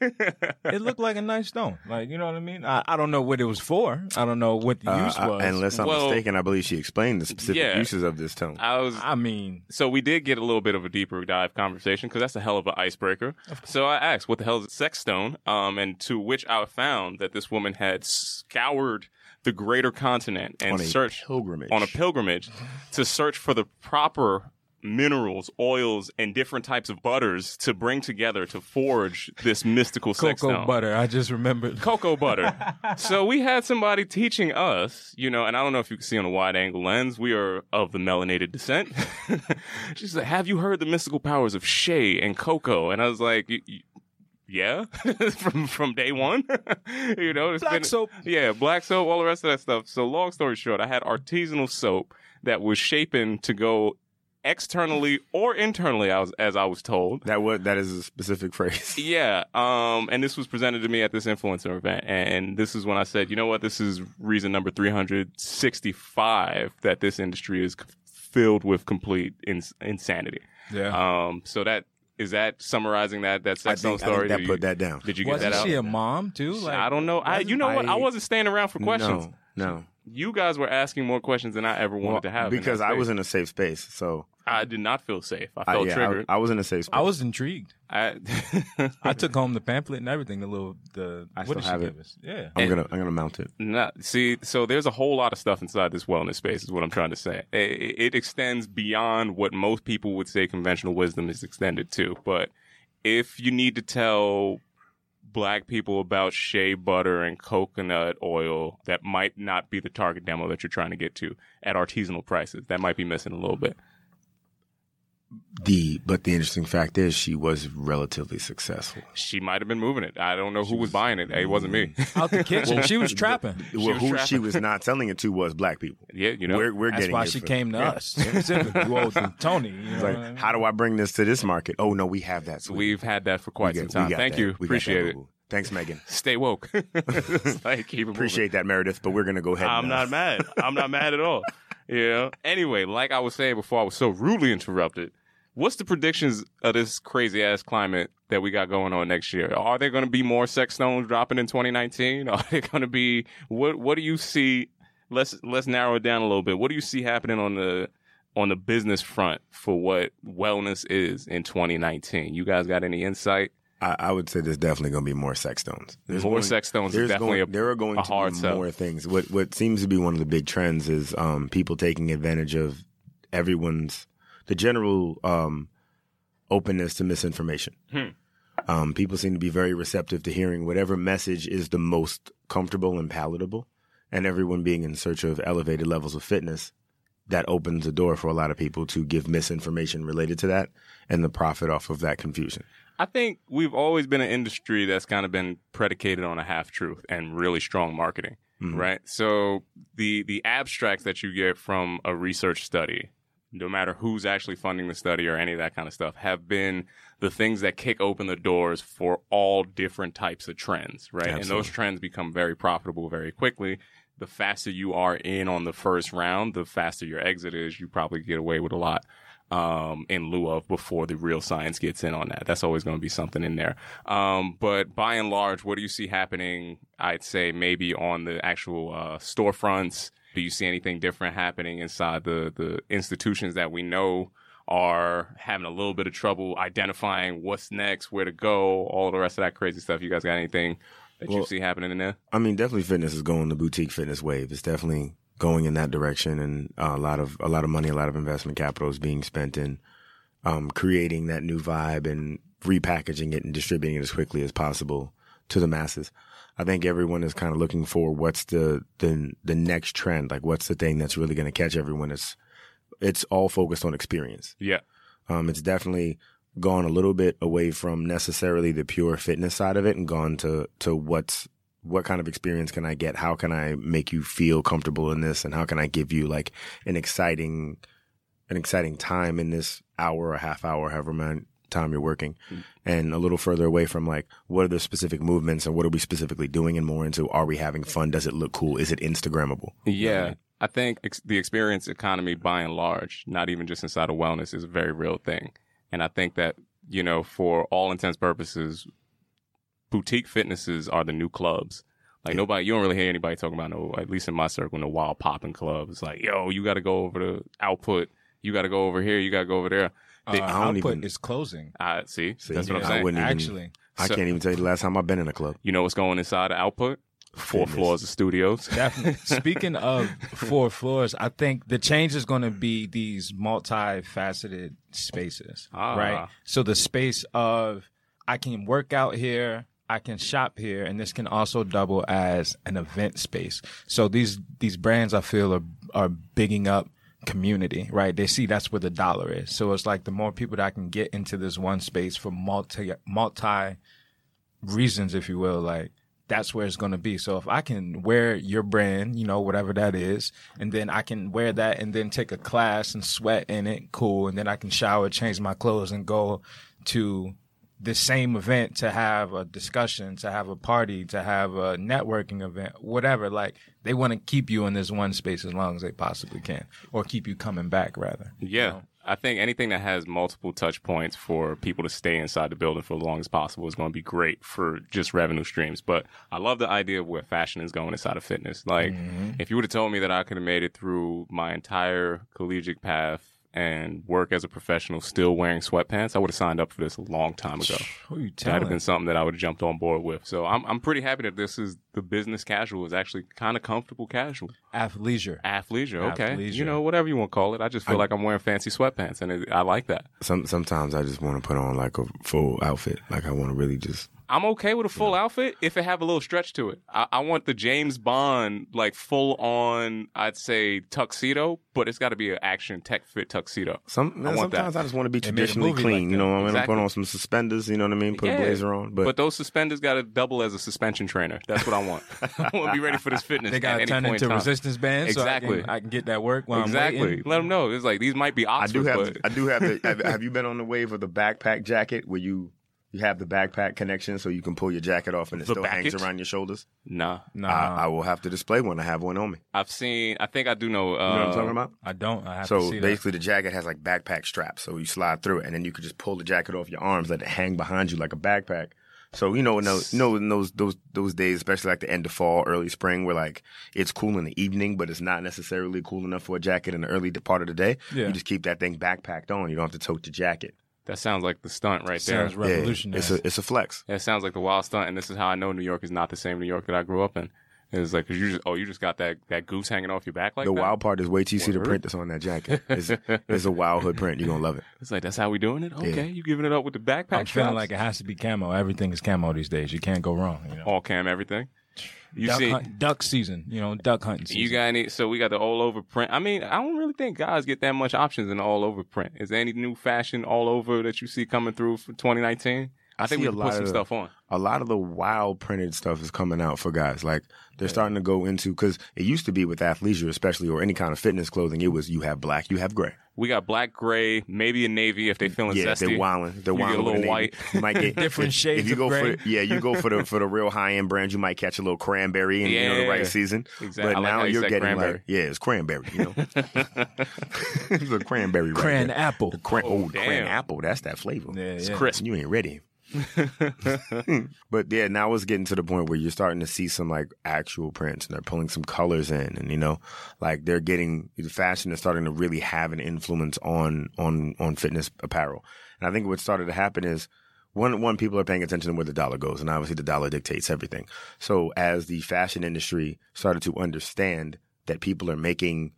C: It looked like a nice stone. Like, you know what I mean? I, I don't know what it was for. I don't know what the
B: Uh,
C: use
B: I-
C: was.
B: unless I'm
A: Well-
B: mistaken, I believe she explained the specific
A: Yeah.
B: uses of this stone.
A: I was
C: I mean,
A: so we did get a little bit of a deeper dive conversation because that's a hell of an icebreaker. So I asked, "What the hell is a sex stone?" Um, and to which I found that this woman had scoured the greater continent and
B: on a
A: searched
B: pilgrimage.
A: on a pilgrimage to search for the proper minerals, oils, and different types of butters to bring together to forge this mystical sex
C: cocoa
A: stone
C: butter. I
A: [laughs]
C: just remembered.
A: cocoa
C: [laughs]
A: butter. so we had somebody teaching us, you know, and I don't know if you can see on a wide angle lens, we are of the melanated descent. [laughs] She's like, Have you heard the mystical powers of Shea and cocoa? And I was like, "Y- y- yeah, [laughs] from from day one, [laughs] you know, it's
C: Black soap.
A: yeah, black soap, all the rest of that stuff. So long story short, I had artisanal soap that was shapen to go externally or internally, I was, as I was told.
B: That what that is a specific phrase.
A: Yeah. Um, and this was presented to me at this influencer event. And this is when I said, you know what? This is reason number 365 that this industry is c- filled with complete ins- insanity.
B: Uh,
C: Yeah.
A: Um, so that is that summarizing that that
B: I
A: sex
B: think,
A: zone story.
B: I think that
A: Do you-
B: put that down.
A: Did you get
C: Wasn't
A: that out?
C: she a mom too? Like,
A: I don't know. I you know what? I
B: I-
A: wasn't staying around for questions.
B: No, no.
A: You guys were asking more questions than I ever wanted to have in
B: because
A: that
B: I
A: space.
B: was in a safe space. So
A: I did not feel safe. I
B: I,
A: felt
B: yeah, I-
A: triggered.
B: I, was in a safe space.
C: I was intrigued.
A: I, [laughs]
C: I took home the pamphlet and everything. The little the
B: I
C: what
B: still
C: did she
B: have it.
C: give us?
B: [laughs]
C: Yeah.
B: I'm gonna I'm gonna mount it.
A: Nah, see, so there's a whole lot of stuff inside this wellness space, is what I'm trying to say. It, it extends beyond what most people would say conventional wisdom is extended to. But if you need to tell black people about shea butter and coconut oil, that might not be the target demo that you're trying to get to at artisanal prices. That might be missing a little bit.
B: The but the interesting fact is she was relatively successful.
A: She might have been moving it. I don't know who was buying it. It wasn't me.
B: Mm-hmm.
C: Out the kitchen. she was trapping.
B: well,
A: was
B: who
A: trapping.
B: she was not telling it to was black people.
A: [laughs] yeah, you know.
B: we're we're
C: That's
B: getting
C: why
B: it
C: she
B: for-
C: came to
B: Yeah. [laughs]
C: us. Specifically. Well, to Tony. You know
B: It's
C: what
B: like,
C: I mean?
B: how do I bring this to this market? Oh no, we have that.
A: So
B: sweetie.
A: we've had that for quite
B: We
A: some
B: got-
A: time.
B: we got
A: Thank
B: that.
A: you.
B: We got that,
A: Appreciate it.
B: boo-boo. Thanks, Megan.
A: Stay
B: [laughs]
A: woke. [laughs] It's like, keep it moving.
B: Appreciate that, Meredith. But we're gonna go ahead. uh,
A: I'm
B: now.
A: not mad. I'm not mad at
B: [laughs]
A: all. Yeah. Anyway, like I was saying before, I was so rudely interrupted. What's the predictions of this crazy ass climate that we got going on next year? Are there going to be more sex stones dropping in 2019? [laughs] Are there going to be what? What do you see? Let's let's narrow it down a little bit. What do you see happening on the on the business front for what wellness is in 2019? You guys got any insight?
B: I, I would say there's definitely going to be more sex stones. There's
A: More
B: going-
A: sex stones is
B: there's
A: definitely
B: going,
A: a-
B: there are going
A: a
B: to
A: hard
B: be
A: sell.
B: more things. What what seems to be one of the big trends is um, people taking advantage of everyone's the general um, openness to misinformation.
A: Hmm.
B: Um, people seem to be very receptive to hearing whatever message is the most comfortable and palatable, and everyone being in search of elevated levels of fitness. That opens the door for a lot of people to give misinformation related to that and the profit off of that confusion.
A: I think we've always been an industry that's kind of been predicated on a half truth and really strong marketing, right? So the the abstracts that you get from a research study, no matter who's actually funding the study or any of that kind of stuff, have been the things that kick open the doors for all different types of trends, right? And those
B: Absolutely.
A: trends become very profitable very quickly. The faster you are in on the first round, the faster your exit is. You probably get away with a lot um, in lieu of before the real science gets in on that. That's always going to be something in there. Um, but by and large, what do you see happening? I'd say maybe on the actual uh, storefronts. Do you see anything different happening inside the the institutions that we know? Are having a little bit of trouble identifying what's next, where to go, all the rest of that crazy stuff. You guys got anything that you
B: Well,
A: see happening in there?
B: I mean, definitely fitness is going the boutique fitness wave. It's definitely going in that direction, and uh, a lot of a lot of money, a lot of investment capital is being spent in um, creating that new vibe and repackaging it and distributing it as quickly as possible to the masses. I think everyone is kind of looking for what's the the the next trend, like what's the thing that's really going to catch everyone. It's it's all focused on experience.
A: Yeah.
B: Um, it's definitely gone a little bit away from necessarily the pure fitness side of it and gone to to what's what kind of experience can I get? How can I make you feel comfortable in this? And how can I give you like an exciting an exciting time in this hour or half hour, however much time you're working, and a little further away from like what are the specific movements and what are we specifically doing, and more into are we having fun? Does it look cool? Is it Instagrammable?
A: Yeah. I think ex- the experience economy by and large, not even just inside of wellness, is a very real thing. And I think that, you know, for all intents purposes, boutique fitnesses are the new clubs. Like nobody, you don't really hear anybody talking about no, at least in my circle, no wild popping club. It's like, yo, you got to go over to output. You got to go over here. You got to go over there.
C: Uh,
B: I don't
C: output
B: even-
C: is closing.
A: I see.
B: See,
A: That's what I'm
B: I
A: saying.
B: wouldn't even-
C: Actually,
B: I
A: So-
B: can't even tell you the last time I've been in a club.
A: You know what's going inside of output? Four
B: Fitness.
A: floors of studios.
C: definitely. Speaking of four floors, I think the change is going to be these multifaceted spaces,
A: Ah.
C: right? So the space of I can work out here, I can shop here, and this can also double as an event space. So these these brands I feel are are bigging up community, right? They see that's where the dollar is. So it's like the more people that I can get into this one space for multi multi reasons, if you will, like that's where it's going to be. So if I can wear your brand, you know, whatever that is, and then I can wear that and then take a class and sweat in it, cool. And then I can shower, change my clothes and go to the same event to have a discussion, to have a party, to have a networking event, whatever. Like they want to keep you in this one space as long as they possibly can or keep you coming back rather.
A: Yeah. I think anything that has multiple touch points for people to stay inside the building for as long as possible is going to be great for just revenue streams. But I love the idea of where fashion is going inside of fitness. Like, if you would have told me that I could have made it through my entire collegiate path and work as a professional still wearing sweatpants, I would have signed up for this a long time ago.
C: Who you
A: That'd have
C: telling?
A: been something that I would have jumped on board with. So I'm I'm pretty happy that this is the business casual is actually kind of comfortable casual.
C: Athleisure.
A: Athleisure, okay. You
C: Athleisure.
A: know, whatever you want to call it. I just feel like I'm wearing fancy sweatpants, and it, I like that.
B: Some sometimes I just want to put on like a full outfit. Like I want to really just
A: I'm okay with a full outfit if it have a little stretch to it. I, I want the James Bond like full on, I'd say tuxedo, but it's got to be an action tech fit tuxedo.
B: some.
A: want
B: sometimes
A: that.
B: I just want to be
C: They made a
B: traditionally
C: movie
B: clean.
C: like
B: you know,
C: that.
B: what I mean, I'm
A: Exactly.
B: put on some suspenders. You know what I mean? Put
A: Yeah.
B: a blazer on,
A: But,
B: but,
A: those suspenders got to double as a suspension trainer. That's what I
B: [laughs]
A: want. [laughs] I want to be ready for this fitness.
C: They
A: got to
C: turn into resistance bands. So I
A: Exactly.
C: can, I can get that work while I'm
A: Exactly.
C: waiting.
A: Let them know. It's like these might be
B: I
A: Oxford,
B: do have.
A: but
B: I do have. The, have, have you been on the wave of the backpack jacket where you you have the backpack connection so you can pull your jacket off and it
A: The
B: still hangs
A: backet?
B: around your shoulders?
A: [laughs] nah.
C: No,
B: I, I
C: I,
B: will have to display one. I have one on me.
A: I've seen. I think I do know. Uh,
B: You know what I'm talking about?
C: don't. Oh, I have to
B: So
C: see that.
B: basically, the jacket has like backpack straps, so you slide through it, and then you could just pull the jacket off your arms, let it hang behind you like a backpack. So you know, in those, you know, in those those those days, especially like the end of fall, early spring, where like it's cool in the evening, but it's not necessarily cool enough for a jacket in the early part of the day.
C: Yeah.
B: You just keep that thing backpacked on. You don't have to tote the jacket.
A: That sounds like the stunt right there.
C: Sounds revolutionary.
B: Yeah, it's a it's a flex.
A: That sounds like the wild stunt, and this is how I know New York is not the same New York that I grew up in. It's like 'cause you just oh you just got that that goose hanging off your back like
B: the
A: that. [laughs]
B: wild part is wait till you see the
A: Word.
B: print that's on that jacket.
A: [laughs]
B: It's, it's a wild hood print. You're gonna love it.
A: It's like that's how we doing it. Okay, you giving it up with the backpack.
C: I'm feeling
A: straps?
C: like it has to be camo. Everything is camo these days. You can't go wrong. You know,
A: all cam everything. You
C: duck,
A: see,
C: hunt- duck season. You know, duck hunting season.
A: you got any? So we got the all over print. I mean, I don't really think guys get that much options in the all over print. Is there any new fashion all over that you see coming through for 2019? I think
B: see
A: we
B: a
A: can
B: lot
A: put some
B: of-
A: stuff on.
B: a lot of the wild printed stuff is coming out for guys. Like they're starting to go into because it used to be with athleisure, especially or any kind of fitness clothing. It was you have black, you have gray.
A: We got black, gray, maybe a navy if they feeling
B: yeah,
A: zesty.
B: they're wilding. They're
A: You get a little
B: wilding. with the navy.
A: white.
B: You
A: [laughs]
B: might get
C: Different
B: if-
C: shades
B: If you
C: of
B: go
C: gray.
B: for yeah, you go for the for the real high end brand, you might catch a little cranberry in you know, the
A: Yeah.
B: right season.
A: Exactly. I
B: But
A: like
B: now
A: how you
B: you're
A: said
B: getting
A: cranberry.
B: like yeah, it's cranberry.
A: [laughs]
B: You know, [laughs] it's a cranberry. Right
C: cran
B: there.
C: apple.
B: Cran, oh, cran
A: damn.
B: apple. That's that flavor.
C: Yeah,
B: It's
C: yeah.
A: crisp.
B: You ain't ready. [laughs] but yeah, now it's getting to the point where you're starting to see some like actual prints and they're pulling some colors in and you know, like they're getting the fashion is starting to really have an influence on on on fitness apparel. And I think what started to happen is one one people are paying attention to where the dollar goes and obviously the dollar dictates everything. So as the fashion industry started to understand that people are making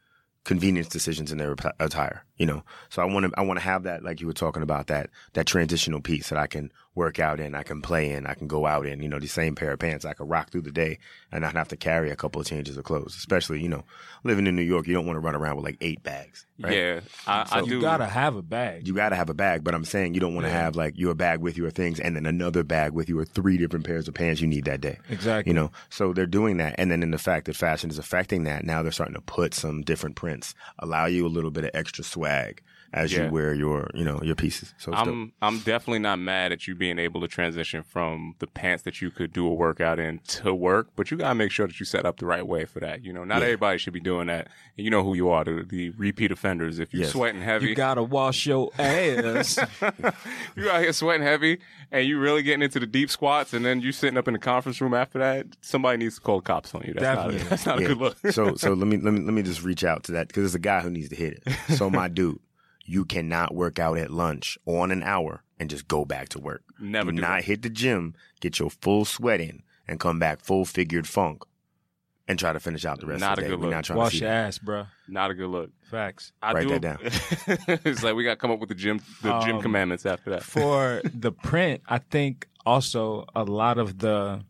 B: convenience decisions in their atti- attire, you know. So I want to I want to have that like you were talking about that that transitional piece that I can work out in, I can play in, I can go out in, you know, the same pair of pants I can rock through the day and not have to carry a couple of changes of clothes, especially, you know, living in New York, you don't want to run around with like eight bags, right?
A: Yeah, I, I
C: you
A: do.
C: gotta have a bag.
B: You got to have a bag, but I'm saying you don't want to have like your bag with your things and then another bag with your three different pairs of pants you need that day.
C: exactly.
B: You know, so they're doing that. And then in the fact that fashion is affecting that, now they're starting to put some different prints, allow you a little bit of extra swag as
A: Yeah.
B: you wear your, you know, your pieces. So it's dope.
A: I'm I'm definitely not mad at you being able to transition from the pants that you could do a workout in to work, but you gotta make sure that you set up the right way for that. You know, not everybody should be doing that. And you know who you are, the, the repeat offenders. If you're
B: Yes.
A: sweating
C: You
A: heavy,
C: gotta
B: [laughs]
C: wash your ass.
A: [laughs] you out here sweating heavy, and you really getting into the deep squats, and then you sitting up in the conference room after that. Somebody needs to call the cops on you. That's not
C: Definitely.
A: a, [laughs] that's not
B: Yeah.
A: a good
B: [laughs]
A: look. [laughs]
B: so so let me let me let me just reach out to that because there's a guy who needs to hit it.
A: [laughs]
B: So my dude, you cannot work out at lunch on an hour and just go back to work.
A: Never do
B: not
A: it.
B: hit the gym, get your full sweat in, and come back full figured funk, and try to finish out the rest
A: Not
B: of the
A: a
B: day.
A: good
B: We're
A: look.
B: not trying to
C: wash
B: see
C: your
B: that.
C: ass, bro.
A: Not a good look.
C: Facts.
A: I
B: Write
A: do, [laughs]
B: that down.
A: it's like we got to come up with the gym the gym
C: Um,
A: commandments after that.
C: For the print, I think also a lot of the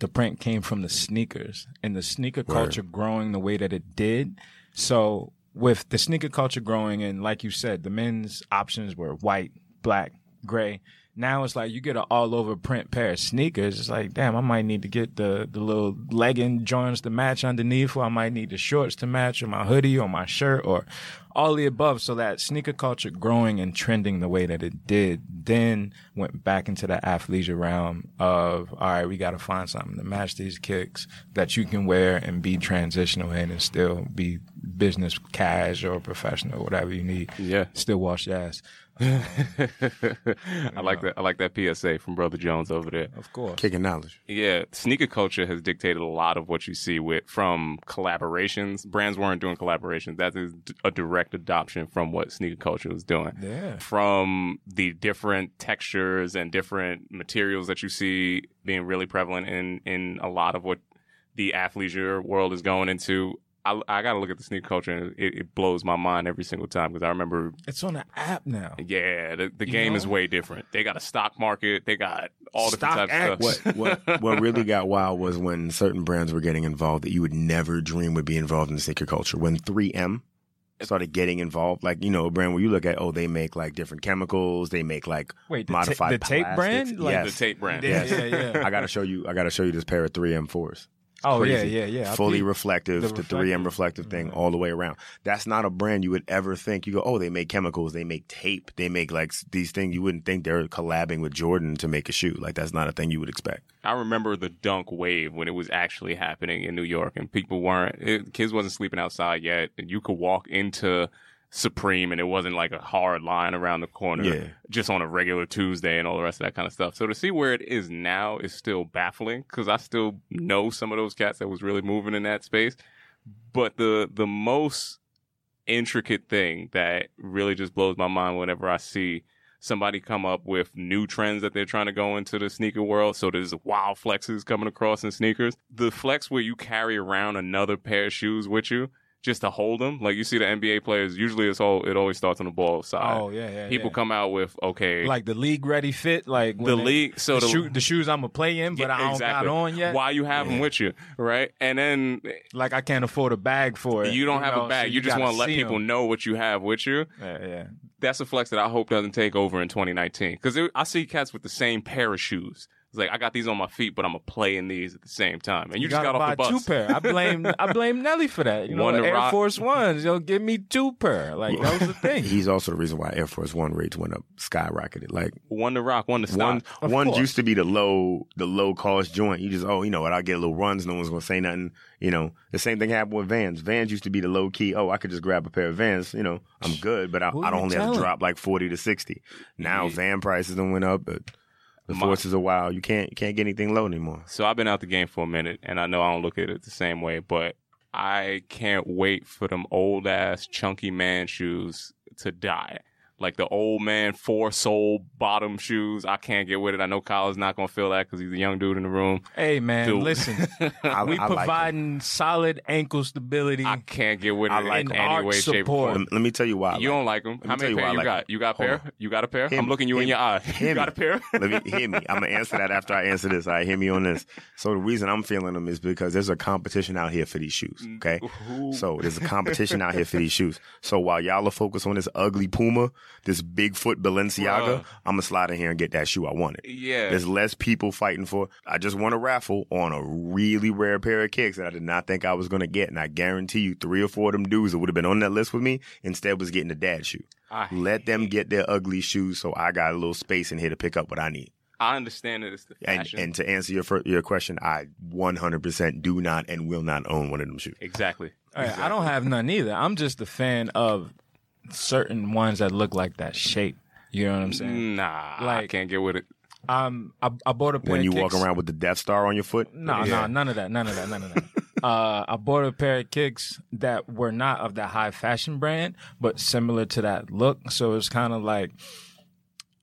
C: the print came from the sneakers and the sneaker culture growing the way that it did. So with the sneaker culture growing and like you said, the men's options were white, black, gray. Now it's like you get an all over print pair of sneakers. It's like, damn, I might need to get the, the little legging joints to match underneath, or I might need the shorts to match, or my hoodie, or my shirt, or all the above. So that sneaker culture growing and trending the way that it did, then went back into the athleisure realm of, all right, we got to find something to match these kicks that you can wear and be transitional in and still be business cash or professional, whatever you need.
A: Yeah.
C: Still wash your ass.
A: [laughs] I like that. I like that PSA from Brother Jones over there.
C: Of course.
B: Kicking knowledge.
A: Yeah, sneaker culture has dictated a lot of what you see with from collaborations. Brands weren't doing collaborations. That is d- a direct adoption from what sneaker culture was doing.
C: Yeah.
A: From the different textures and different materials that you see being really prevalent in in a lot of what the athleisure world is going into. I, I got to look at the sneaker culture and it, it blows my mind every single time because I remember
C: It's on the app now.
A: yeah, the, the game is
C: know?
A: way different. They got a stock market. They got all different
C: Stock
A: types of
C: X.
A: stuff.
B: What
A: [laughs]
B: what what really got wild was when certain brands were getting involved that you would never dream would be involved in sneaker culture. When 3M started getting involved, like you know, a brand where you look at, oh, they make like different chemicals, they make like [laughs]
C: Wait, the, ta-
B: modified
C: the tape
B: plastics.
C: brand? Like,
A: The
B: yes.
A: tape brand.
C: Yeah,
B: Yes.
C: yeah, yeah.
B: I gotta show you. I gotta show you this pair of 3M fours.
C: Oh,
B: Crazy.
C: yeah, yeah, yeah. I
B: Fully
C: peeped.
B: reflective,
C: the
B: the,
C: reflective. Mm-hmm.
B: 3M reflective thing all the way around. That's not a brand you would ever think. You go, oh, they make chemicals, they make tape, they make like s- these things. You wouldn't think they're collabing with Jordan to make a shoe. Like that's not a thing you would expect.
A: [laughs] I remember the dunk wave when it was actually happening in New York, and people weren't it, kids wasn't sleeping outside yet. And you could walk into Supreme, and it wasn't like a hard line around the corner,
B: Yeah.
A: just on a regular Tuesday and all the rest of that kind of stuff. So to see where it is now is still baffling because I still know some of those cats that was really moving in that space. But the the most intricate thing that really just blows my mind whenever I see somebody come up with new trends that they're trying to go into the sneaker world. So there's wild flexes coming across in sneakers. The flex where you carry around another pair of shoes with you just to hold them. Like you see the NBA players, usually it's all it always starts on the ball side.
C: Oh, yeah, yeah.
A: People
C: yeah.
A: come out with okay,
C: Like the league ready fit, like
A: the
C: when they-
A: league. So
C: the,
A: the,
C: shoe, the shoes I'm gonna play in,
A: [laughs]
C: but
A: Yeah,
C: I don't
A: exactly.
C: got on yet.
A: why you have them with you, right? And then
C: Like I can't afford a bag for it.
A: you don't have
C: know,
A: a
C: so
A: bag. you, just
C: gotta
A: want to let
C: see 'em.
A: people know what you have with you.
C: Yeah, yeah.
A: that's a flex that I hope doesn't take over in 2019. Because I see cats with the same pair of shoes. It's like I got these on my feet, but I'm gonna play in these at the same time. And you, just got
C: gotta
A: off the
C: buy
A: bus.
C: two pair.
A: [laughs]
C: I blame I blame Nelly for that. You know,
A: One to
C: Air
A: rock-
C: Force Ones. Yo, give me two pair. Like that was the
A: [laughs]
C: thing.
B: He's also the reason why Air Force One rates went up, skyrocketed. Like
A: One to rock, one to stop.
B: one
C: Of
B: one
C: course.
B: used to be the low the low cost joint. You just oh you know what I'll get little runs. No one's gonna say nothing. You know the same thing happened with Vans. Vans used to be the low key. Oh I could just grab a pair of Vans. You know I'm good, but I,
C: Who
B: I
C: you
B: don't only have to
C: telling?
B: drop like forty to sixty. Now
A: Yeah.
B: Van prices done went up. But the
A: My-
B: forces are wild. You can't you can't get anything low anymore.
A: So I've been out the game for a minute, and I know I don't look at it the same way, but I can't wait for them old ass chunky man shoes to die. Like the old man four sole bottom shoes. I can't get with it. I know Kyle's not gonna feel that because he's a young dude in the room.
C: Hey man,
A: Dude. [laughs]
C: listen.
B: I,
C: we
B: I like them.
C: providing solid ankle stability.
A: I can't get with it
B: I
A: in
B: like 'em.
A: any
C: Arch
A: way, shape, or
C: support.
A: form.
B: Lem- Let me tell you why. I
A: You
B: like
A: don't like them.
B: me
A: How
B: tell
A: many
B: you why
A: pair
B: I
A: you
B: like
A: got? You got a
B: Hold
A: pair? You got a pair?
B: Hear
A: I'm
B: me.
A: looking you in
B: Hear
A: your eye. [laughs]
B: Hear
A: You
B: me.
A: got a pair?
B: Let me hear me. I'm gonna answer that after I answer this. I hear me on this. So the reason I'm feeling them is because there's a competition out here for these shoes.
C: Mm.
A: [laughs]
B: Okay, so there's a competition out here for these shoes. So while y'all are focused on this ugly Puma, this Bigfoot Balenciaga,
A: Bruh.
B: I'm gonna slide in here and get that shoe I wanted.
A: Yeah.
B: There's less people fighting for. I just won a raffle on a really rare pair of kicks that I did not think I was gonna get, and I guarantee you, three or four of them dudes that would have been on that list with me instead was getting the dad shoe.
A: I,
B: Let them get their ugly shoes, so I got a little space in here to pick up what I need.
A: I understand that it's the
B: And
A: fashion.
B: and to answer your fir- your question, I 100% do not and will not own one of them shoes.
A: exactly.
C: All right, I don't have none either. I'm just a fan of certain ones that look like that shape. You know what I'm
A: Mm.
C: saying?
A: Nah, I
C: Like-
A: can't get with it.
C: Um, I, I bought a pair
B: When
C: of
B: you
C: kicks.
B: walk around with the Death Star on your foot,
C: No, no, none of that. None of that. [laughs] None of that. uh, I bought a pair of kicks that were not of that high fashion brand, but similar to that look. So it's kind of like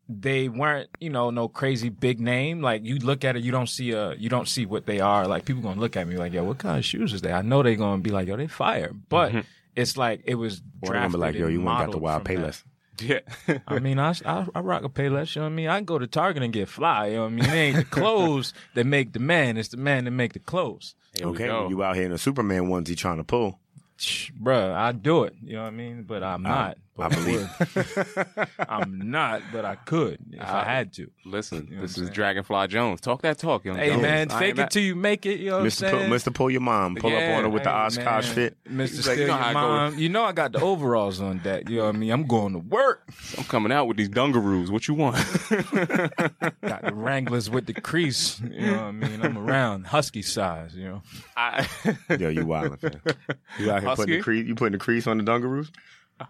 C: they weren't, you know, no crazy big name. Like you look at it, you don't see a, you don't see what they are. Like people gonna look at me like, yo, what kind of shoes is that? I know they gonna be like, yo, they fire, but. It's like it was
B: Mm-hmm. or I'm
C: drafted.
B: gonna be like, yo,
C: and
B: you ain't got the
C: modeled
B: wild
C: from that.
B: Payless.
A: [laughs] Yeah.
C: I mean, I, I I rock a Payless. You know what I mean? I can go to Target and get fly. You know what I mean? It ain't the clothes that make the man; it's the man that make the clothes. [sniffs]
A: Here we
B: Okay,
A: go.
B: you out here in a Superman onesie trying to pull.
C: Shh, bruh, I do it. You know what I mean? But I'm not. but
B: I believe.
C: would. [laughs] I'm not, but I could if I,
A: I-
C: had to.
A: Listen,
C: know
A: this
C: what
A: is
C: I'm saying?
A: Dragonfly Jones. Talk that talk, young
C: Hey
A: Jones.
C: man,
A: I
C: fake
A: ain't
C: it
A: mad-
C: till you make it. You know what I'm
B: Mr. Pull,
C: saying?
B: Mr. Pull your mom, pull
A: Yeah,
B: up on her with the
C: Hey,
B: Oshkosh
C: man,
B: fit.
C: Mr.
A: like,
C: Steal
A: you know
C: Your
A: how it
C: Mom. You know I got the overalls on that. You know what I mean? I'm going to work.
A: I'm coming out with these dungaroos. What you
B: [laughs]
A: want?
C: Got the Wranglers with the crease. You know what I mean? I'm around husky size. You know.
A: [laughs] I,
B: Yo, you wildin', fam.
C: [laughs]
B: You out here putting
A: Husky?
B: the crease, you putting the crease on the dungaroos?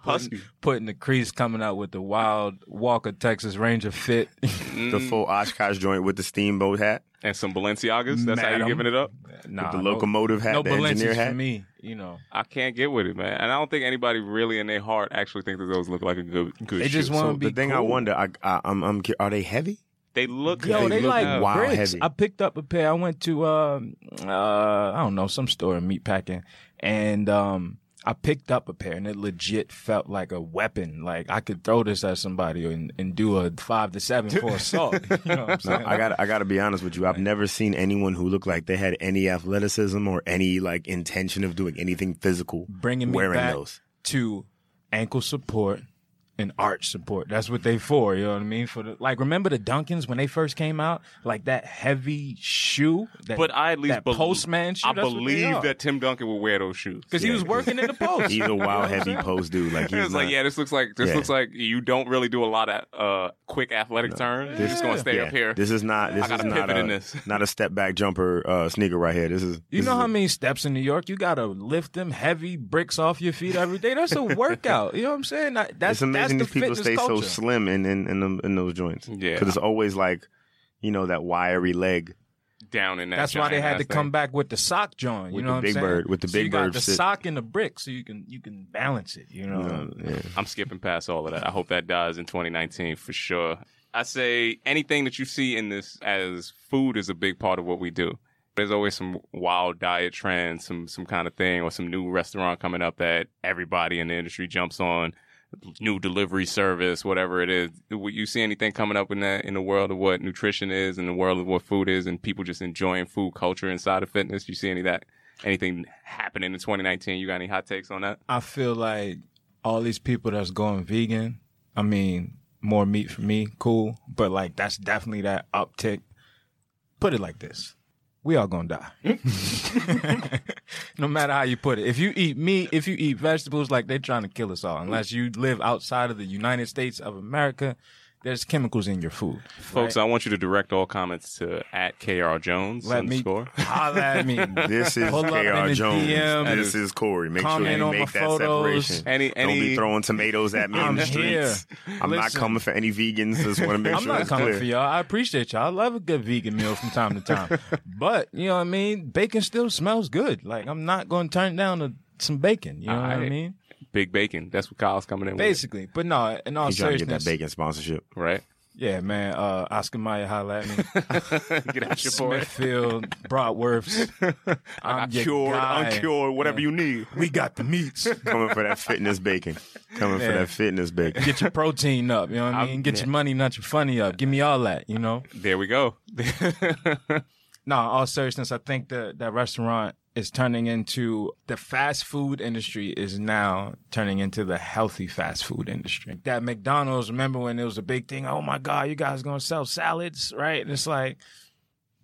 A: husky.
C: putting the crease coming out with the wild Walker Texas Ranger
B: [laughs]
C: fit. Mm.
B: The full Oshkosh joint with the steamboat hat,
A: Mm. And some Balenciagas. That's how you
C: Madam.
A: giving it up.
C: nah,
B: the locomotive hat,
C: no,
B: the
C: no
B: engineer
C: Balenci's
B: hat.
C: for me. You know,
A: I can't get with it, man. And I don't think anybody really in their heart actually thinks that those look like a good good
C: They
A: shoe.
C: just want-
B: So
C: Wanna be
B: the thing I
C: cool.
B: wonder, I, I, I'm, I'm, cu- are they heavy?
A: they look
C: yo,
B: they
C: they,
B: look
C: like
B: wild
C: bricks.
B: heavy.
C: I picked up a pair. I went to um, uh, I don't know some store in meatpacking, and um, I picked up a pair, and it legit felt like a weapon. Like I could throw this at somebody and, and do a five to seven [laughs] for assault. you know what I'm
B: No,
C: saying?
B: I got, I got to be honest with you. I've never seen anyone who looked like they had any athleticism or any like intention of doing anything physical.
C: bringing me
B: wearing
C: back
B: those.
C: to ankle support and arch support. That's what they for. You know what I mean? For the, like, remember the Dunkins when they first came out? Like that heavy shoe. That,
A: But I at least
C: that
A: believe,
C: postman shoe.
A: I believe that Tim Duncan will wear those shoes.
C: because he was working
B: [laughs]
C: in the post. [laughs]
B: He's a wild heavy post dude. Like he's
A: It's like
B: not-
A: yeah, this looks like this
B: Yeah.
A: looks like you don't really do a lot of uh, quick athletic turns. You're just gonna stay
B: yeah,
A: up here.
B: This is not. This
A: I gotta
B: is not
A: pivot
B: a,
A: in this.
B: not a step back jumper uh, sneaker right here. This is.
C: You
B: this
C: know
B: is
C: how
B: a-
C: many steps in New York? You gotta lift them heavy bricks off your feet every
B: [laughs]
C: day. That's a workout. You know what I'm saying? That- That's
B: it's amazing
C: that's the
B: these people
C: fitness
B: stay so
C: culture.
B: slim in in in, them, in those joints.
A: Yeah.
B: because it's always like, you know, that wiry leg.
A: down in that.
C: That's why they
A: giant
C: had
A: ass
C: to
A: thing.
C: come back with the sock joint. You
B: With
C: know
B: the
C: what
B: Big
C: I'm saying?
B: Bird- with the
C: So
B: Big
C: you got
B: Bird
C: the
B: sit.
C: sock and the brick, so you can you can balance it. You know.
B: Yeah.
A: I'm skipping past all of that. I hope that dies in 2019 for sure. I say anything that you see in this as food is a big part of what we do. There's always some wild diet trend, some some kind of thing, or some new restaurant coming up that everybody in the industry jumps on. New delivery service, whatever it is. Would you see anything coming up in that in the world of what nutrition is, in the world of what food is, and people just enjoying food culture inside of fitness? You see any of that anything happening in 2019? You got any hot takes on that?
C: I feel like all these people that's going vegan, I mean, more meat for me, cool. But like that's definitely that uptick. Put it like this. We all gonna die. [laughs] no matter how you put it. If you eat meat, if you eat vegetables, like they're trying to kill us all. Unless you live outside of the United States of America, there's chemicals in your food.
A: Folks, I want you to direct all comments to at KR Jones.
C: Let me
A: underscore.
C: holler at me.
B: This is
C: [laughs] Pull up in
B: Kr
C: the
B: Jones.
C: DM.
B: this is Corey. Make sure
C: Comment
B: you
C: on my
B: make that
C: photos.
B: separation.
A: Any-
B: Don't
A: any-
B: be throwing tomatoes at me in
C: I'm
B: the
C: here.
B: streets. I'm not
C: Listen.
B: coming for any vegans. Just want to make
C: I'm
B: sure
C: not
B: it's
C: coming
B: clear.
C: for y'all. I appreciate y'all. I love a good vegan meal from time
B: [laughs]
C: to time. but you know what I mean? Bacon still smells good. Like I'm not going to turn down a, some bacon. You know what I
A: Aight.
C: mean?
A: Big Bacon. That's what Kyle's coming in
C: Basically, but no. In all
B: He's trying to get that
C: seriousness,
B: bacon sponsorship.
A: with, right?
C: yeah, man. Uh, Oscar Mayer holla at
B: [laughs]
C: me.
A: Get out your boy.
C: Smithfield,
B: [laughs]
C: Bratwurst. I'm your
A: Cured,
C: guy.
A: uncured, whatever you need.
C: We got
B: [laughs]
C: the meats.
B: Coming for that fitness bacon. Coming for
C: Yeah.
B: that fitness bacon.
C: Get your protein up. You know what I mean? Get your money, not your funny up. Give me all that. You know.
A: There we go.
C: No, in all seriousness, I think that that restaurant is turning into the fast food industry is now turning into the healthy fast food industry. That McDonald's, remember when it was a big thing? Oh my God, you guys gonna sell salads, right? And it's like,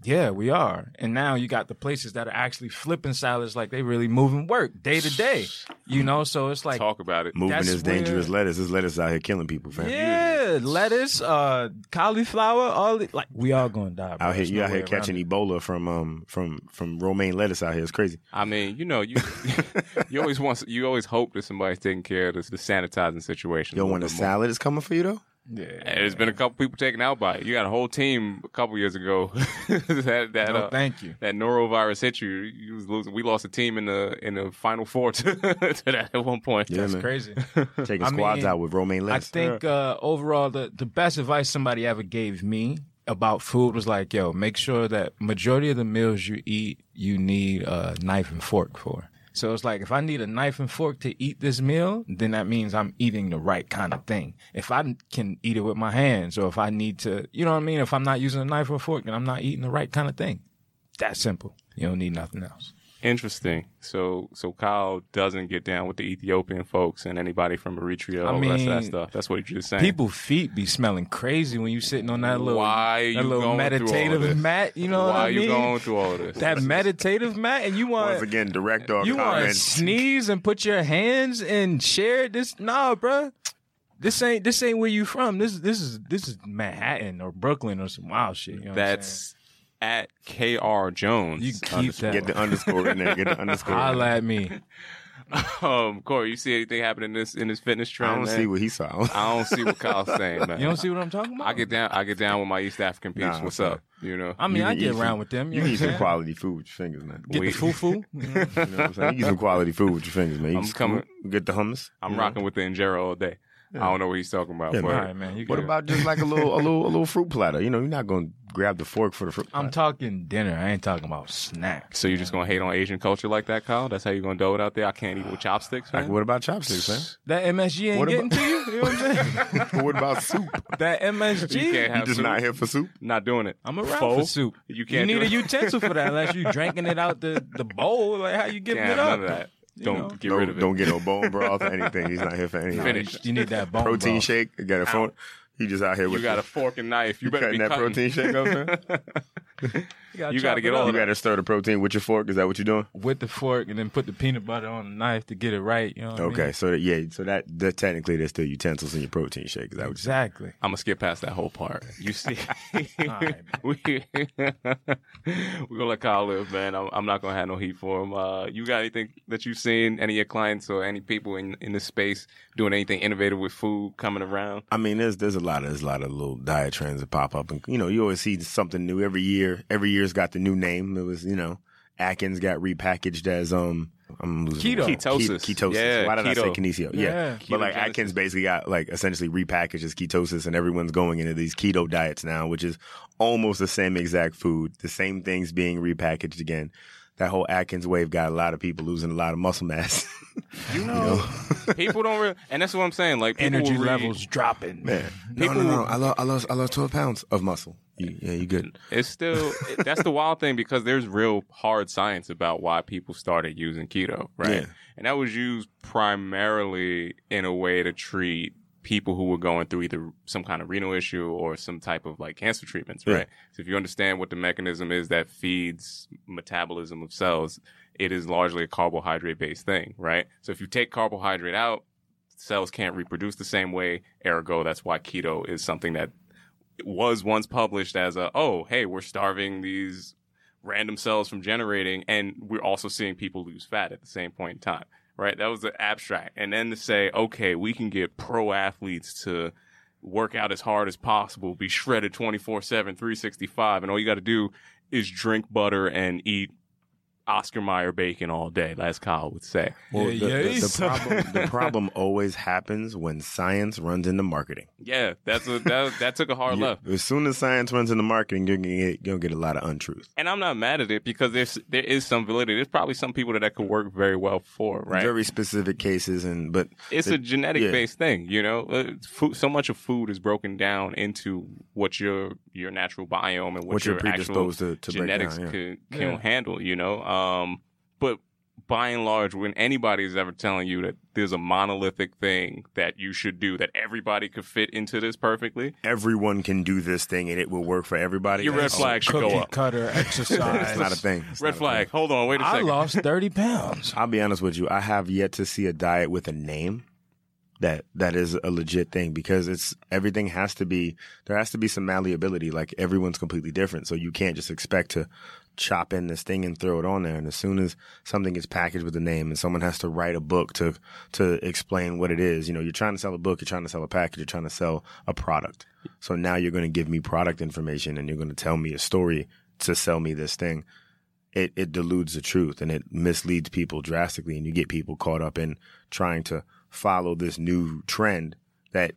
C: yeah, we are. And now you got the places that are actually flipping salads like they really moving work day to day. You know, so it's like
A: Talk about it.
B: Moving
C: That's
B: is dangerous
C: weird.
B: lettuce. This lettuce out here killing people, fam.
C: yeah, lettuce, uh, cauliflower, all the, like we all gonna die. bro.
B: Out here,
C: There's
B: you
C: no
B: out
C: way
B: here
C: around
B: catching
C: it.
B: Ebola from um from from romaine lettuce out here. It's crazy.
A: I mean, you know, you [laughs] you always want you always hope that somebody's taking care of this, the sanitizing situation.
B: Yo,
A: a
B: when the
A: little bit more.
B: salad is coming for you though,
C: Yeah.
A: And There's been a couple people taken out by it. You got a whole team a couple years ago [laughs] that that
C: No,
A: uh,
C: thank you.
A: that norovirus hit you. you was losing. We lost a team in the in the final four [laughs] to, to that at one point.
B: Yeah,
C: It's
B: man.
C: crazy.
B: [laughs] taking
C: I
B: squads
C: mean,
B: out with romaine
C: I
B: lettuce.
C: think uh, overall, the, the best advice somebody ever gave me about food was like, yo, make sure that majority of the meals you eat, you need a knife and fork for. So it's like, if I need a knife and fork to eat this meal, then that means I'm eating the right kind of thing. If I can eat it with my hands, or if I need to, you know what I mean? If I'm not using a knife or fork, then I'm not eating the right kind of thing. That simple. You don't need nothing else.
A: Interesting. So so Kyle doesn't get down with the Ethiopian folks and anybody from Eritrea
C: I
A: all the rest of that
C: mean,
A: stuff. That's what you're just saying.
C: People feet be smelling crazy when you sitting on that little
A: Why you
C: that little
A: going through all
C: meditative
A: this?
C: mat. You know
A: Why
C: what I
A: are you
C: mean?
A: going through all of this?
C: that meditative mat, and you
B: Once
C: want
B: again, direct our
C: uh, you want to [laughs]
B: comments.
C: sneeze and put your hands and share this? Nah, bruh. This ain't this ain't where you from. This this is this is Manhattan or Brooklyn or some wild shit. You know what I'm
A: That's at Kr Jones.
C: saying? you keep
A: underscore.
B: Get the
C: that.
B: underscore in there. Get
C: [laughs]
B: the underscore. in
C: Holla
B: there.
C: at me.
A: [laughs] Um, Corey, you see anything happening in this in this fitness trend?
B: I don't
A: man?
B: see what he saw.
A: I don't see what Kyle's saying, man.
C: [laughs] You don't see what I'm talking about?
A: I get down. I get down with my East African peeps.
B: Nah,
A: What's
B: okay.
A: up? You know.
C: I
B: [laughs]
C: mean,
B: You
C: I
B: need
C: get
B: some-
C: around with them. You,
B: You
C: know
B: need
C: what
B: some
C: I'm
B: quality food with your fingers, man.
C: saying? Get the
B: [laughs]
C: foo foo.
B: You know what I'm saying? You get some quality food with your fingers, man. You
A: I'm
B: just
A: coming.
B: Get the hummus.
A: I'm
B: you know?
A: rocking with the injera all day. I don't know what he's talking about.
B: Yeah,
A: but
B: man.
C: All right, man. You
B: What
C: good.
B: about just like a little, a little, a little fruit platter? You know, you're not gonna grab the fork for the fruit.
C: I'm
B: Platter.
C: talking dinner. I ain't talking about snacks.
A: So you're just gonna hate on Asian culture like that, Kyle? That's how you're gonna do it out there? I can't eat with chopsticks,
B: like,
A: man.
B: what about chopsticks, man?
A: [laughs]
C: That MSG ain't
B: What
C: getting
B: about-
C: to you. You know what
B: [laughs]
C: I'm saying?
B: what about soup?
C: that MSG.
A: You can't
B: You
A: have
B: just
A: soup.
B: not here for soup.
A: Not doing it.
C: I'm around
A: Pho?
C: for soup.
A: You can't.
C: You
A: do
C: need a
A: it.
C: utensil for that,
A: [laughs]
C: unless you drinking it out the, the bowl. Like how you
A: Can't
C: giving
A: have
C: it up?
A: none of that.
C: You
A: Don't
C: know?
A: get
B: no,
A: rid of it.
B: Don't get no bone broth or anything. He's not here for anything.
A: Finish.
C: You need that bone
B: Protein
C: broth.
B: shake. You got a phone. He just out here
A: You
B: with
A: got a
B: the-
A: fork and knife. You
B: You
A: better
B: cutting
A: be
B: that
A: cutting.
B: protein shake up,
A: [laughs]
B: man?
C: You gotta,
A: You gotta
C: chop
A: get
C: it
A: all
B: You
A: of
C: up
B: got to stir the protein with your fork. Is that what you're doing?
C: with the fork and then put the peanut butter on the knife to get it right. You know.
A: Mm-hmm.
C: What I mean?
B: Okay, so that, yeah, so that, that technically there's still utensils in your protein shake. Is that what you
C: [laughs] Exactly.
A: I'm gonna skip past that whole part. You
B: [laughs]
A: see, [laughs]
C: right,
A: we we're gonna let Kyle live, man. I'm, I'm not gonna have no heat for him. Uh, you got anything that you've seen? Any of your clients or any people in in this space doing anything innovative with food coming around?
B: I mean, there's there's a lot of there's a lot of little diet trends that pop up, and you know, you always see something new every year. Every year's got the new name. It was you know, Atkins got repackaged as um, I'm losing
C: Keto.
B: Ke-
A: Ketosis.
B: ketosis.
A: Yeah,
B: Why did I say
A: keto.
B: kinesio? Yeah,
C: Yeah.
B: but like
A: Ketogenesis.
B: Atkins basically got like essentially repackaged as ketosis, and everyone's going into these keto diets now, which is almost the same exact food, the same things being repackaged again. That whole Atkins wave got a lot of people losing a lot of muscle mass.
A: You know, people don't. Re- and that's what I'm saying. Like people
C: Energy
A: will read-
C: levels dropping.
B: Man, [laughs] no,
A: People-
B: no, no. I lost, I lost, I lost twelve pounds of muscle. You, yeah, you good?
A: It's still it- that's the wild thing because there's real hard science about why people started using keto, right?
B: Yeah.
A: And that was used primarily in a way to treat people who were going through either some kind of renal issue or some type of like cancer treatments,
B: Yeah.
A: right? So if you understand what the mechanism is that feeds metabolism of cells, it is largely a carbohydrate based thing, right? So if you take carbohydrate out, cells can't reproduce the same way. Ergo, that's why keto is something that was once published as a oh hey we're starving these random cells from generating and we're also seeing people lose fat at the same point in time right that was the abstract and then to say okay we can get pro athletes to work out as hard as possible be shredded 24/7 365 and all you got to do is drink butter and eat Oscar Mayer bacon all day as Kyle would say
B: Well,
C: Yeah,
B: the,
C: yeah,
B: the-
C: he's
B: the
C: so-
B: problem,
A: [laughs]
B: the problem always happens when science runs into marketing.
A: yeah that's a, that, that took a
B: [laughs]
A: hard
B: You-
A: left
B: As soon as science runs into marketing, you're gonna get, you're gonna get a lot of untruth.
A: and I'm not mad at it because there's there is some validity. There's probably some people that that could work very well for, right?
B: Very specific cases, and but
A: it's a genetic based thing, you know. Uh, food, so much of food is broken down into what your your natural biome and what,
B: what you're
A: actual
B: predisposed to, to break
A: genetics
B: down, yeah.
A: can, can
C: Yeah.
A: handle, you know. Um, but by and large, when anybody's ever telling you that there's a monolithic thing that you should do that everybody could fit into this perfectly,
B: Everyone can do this thing, and it will work for everybody.
A: Your red
B: Oh,
A: flag should go
C: Cookie
A: up. [laughs]
C: cutter exercise.
B: It's not a thing. It's not
A: red
B: a
A: flag.
B: thing.
A: Hold on, wait a
C: I
A: second.
C: lost thirty pounds.
A: [laughs]
B: I'll be honest with you. I have yet to see a diet with a name that that is a legit thing because it's everything has to be there has to be some malleability. Like everyone's completely different, so you can't just expect to chop in this thing and throw it on there. And as soon as something gets packaged with a name, and someone has to write a book to to explain what it is, you know, you're trying to sell a book, you're trying to sell a package, you're trying to sell a product. So now you're going to give me product information, and you're going to tell me a story to sell me this thing it, it deludes the truth and it misleads people drastically and you get people caught up in trying to follow this new trend that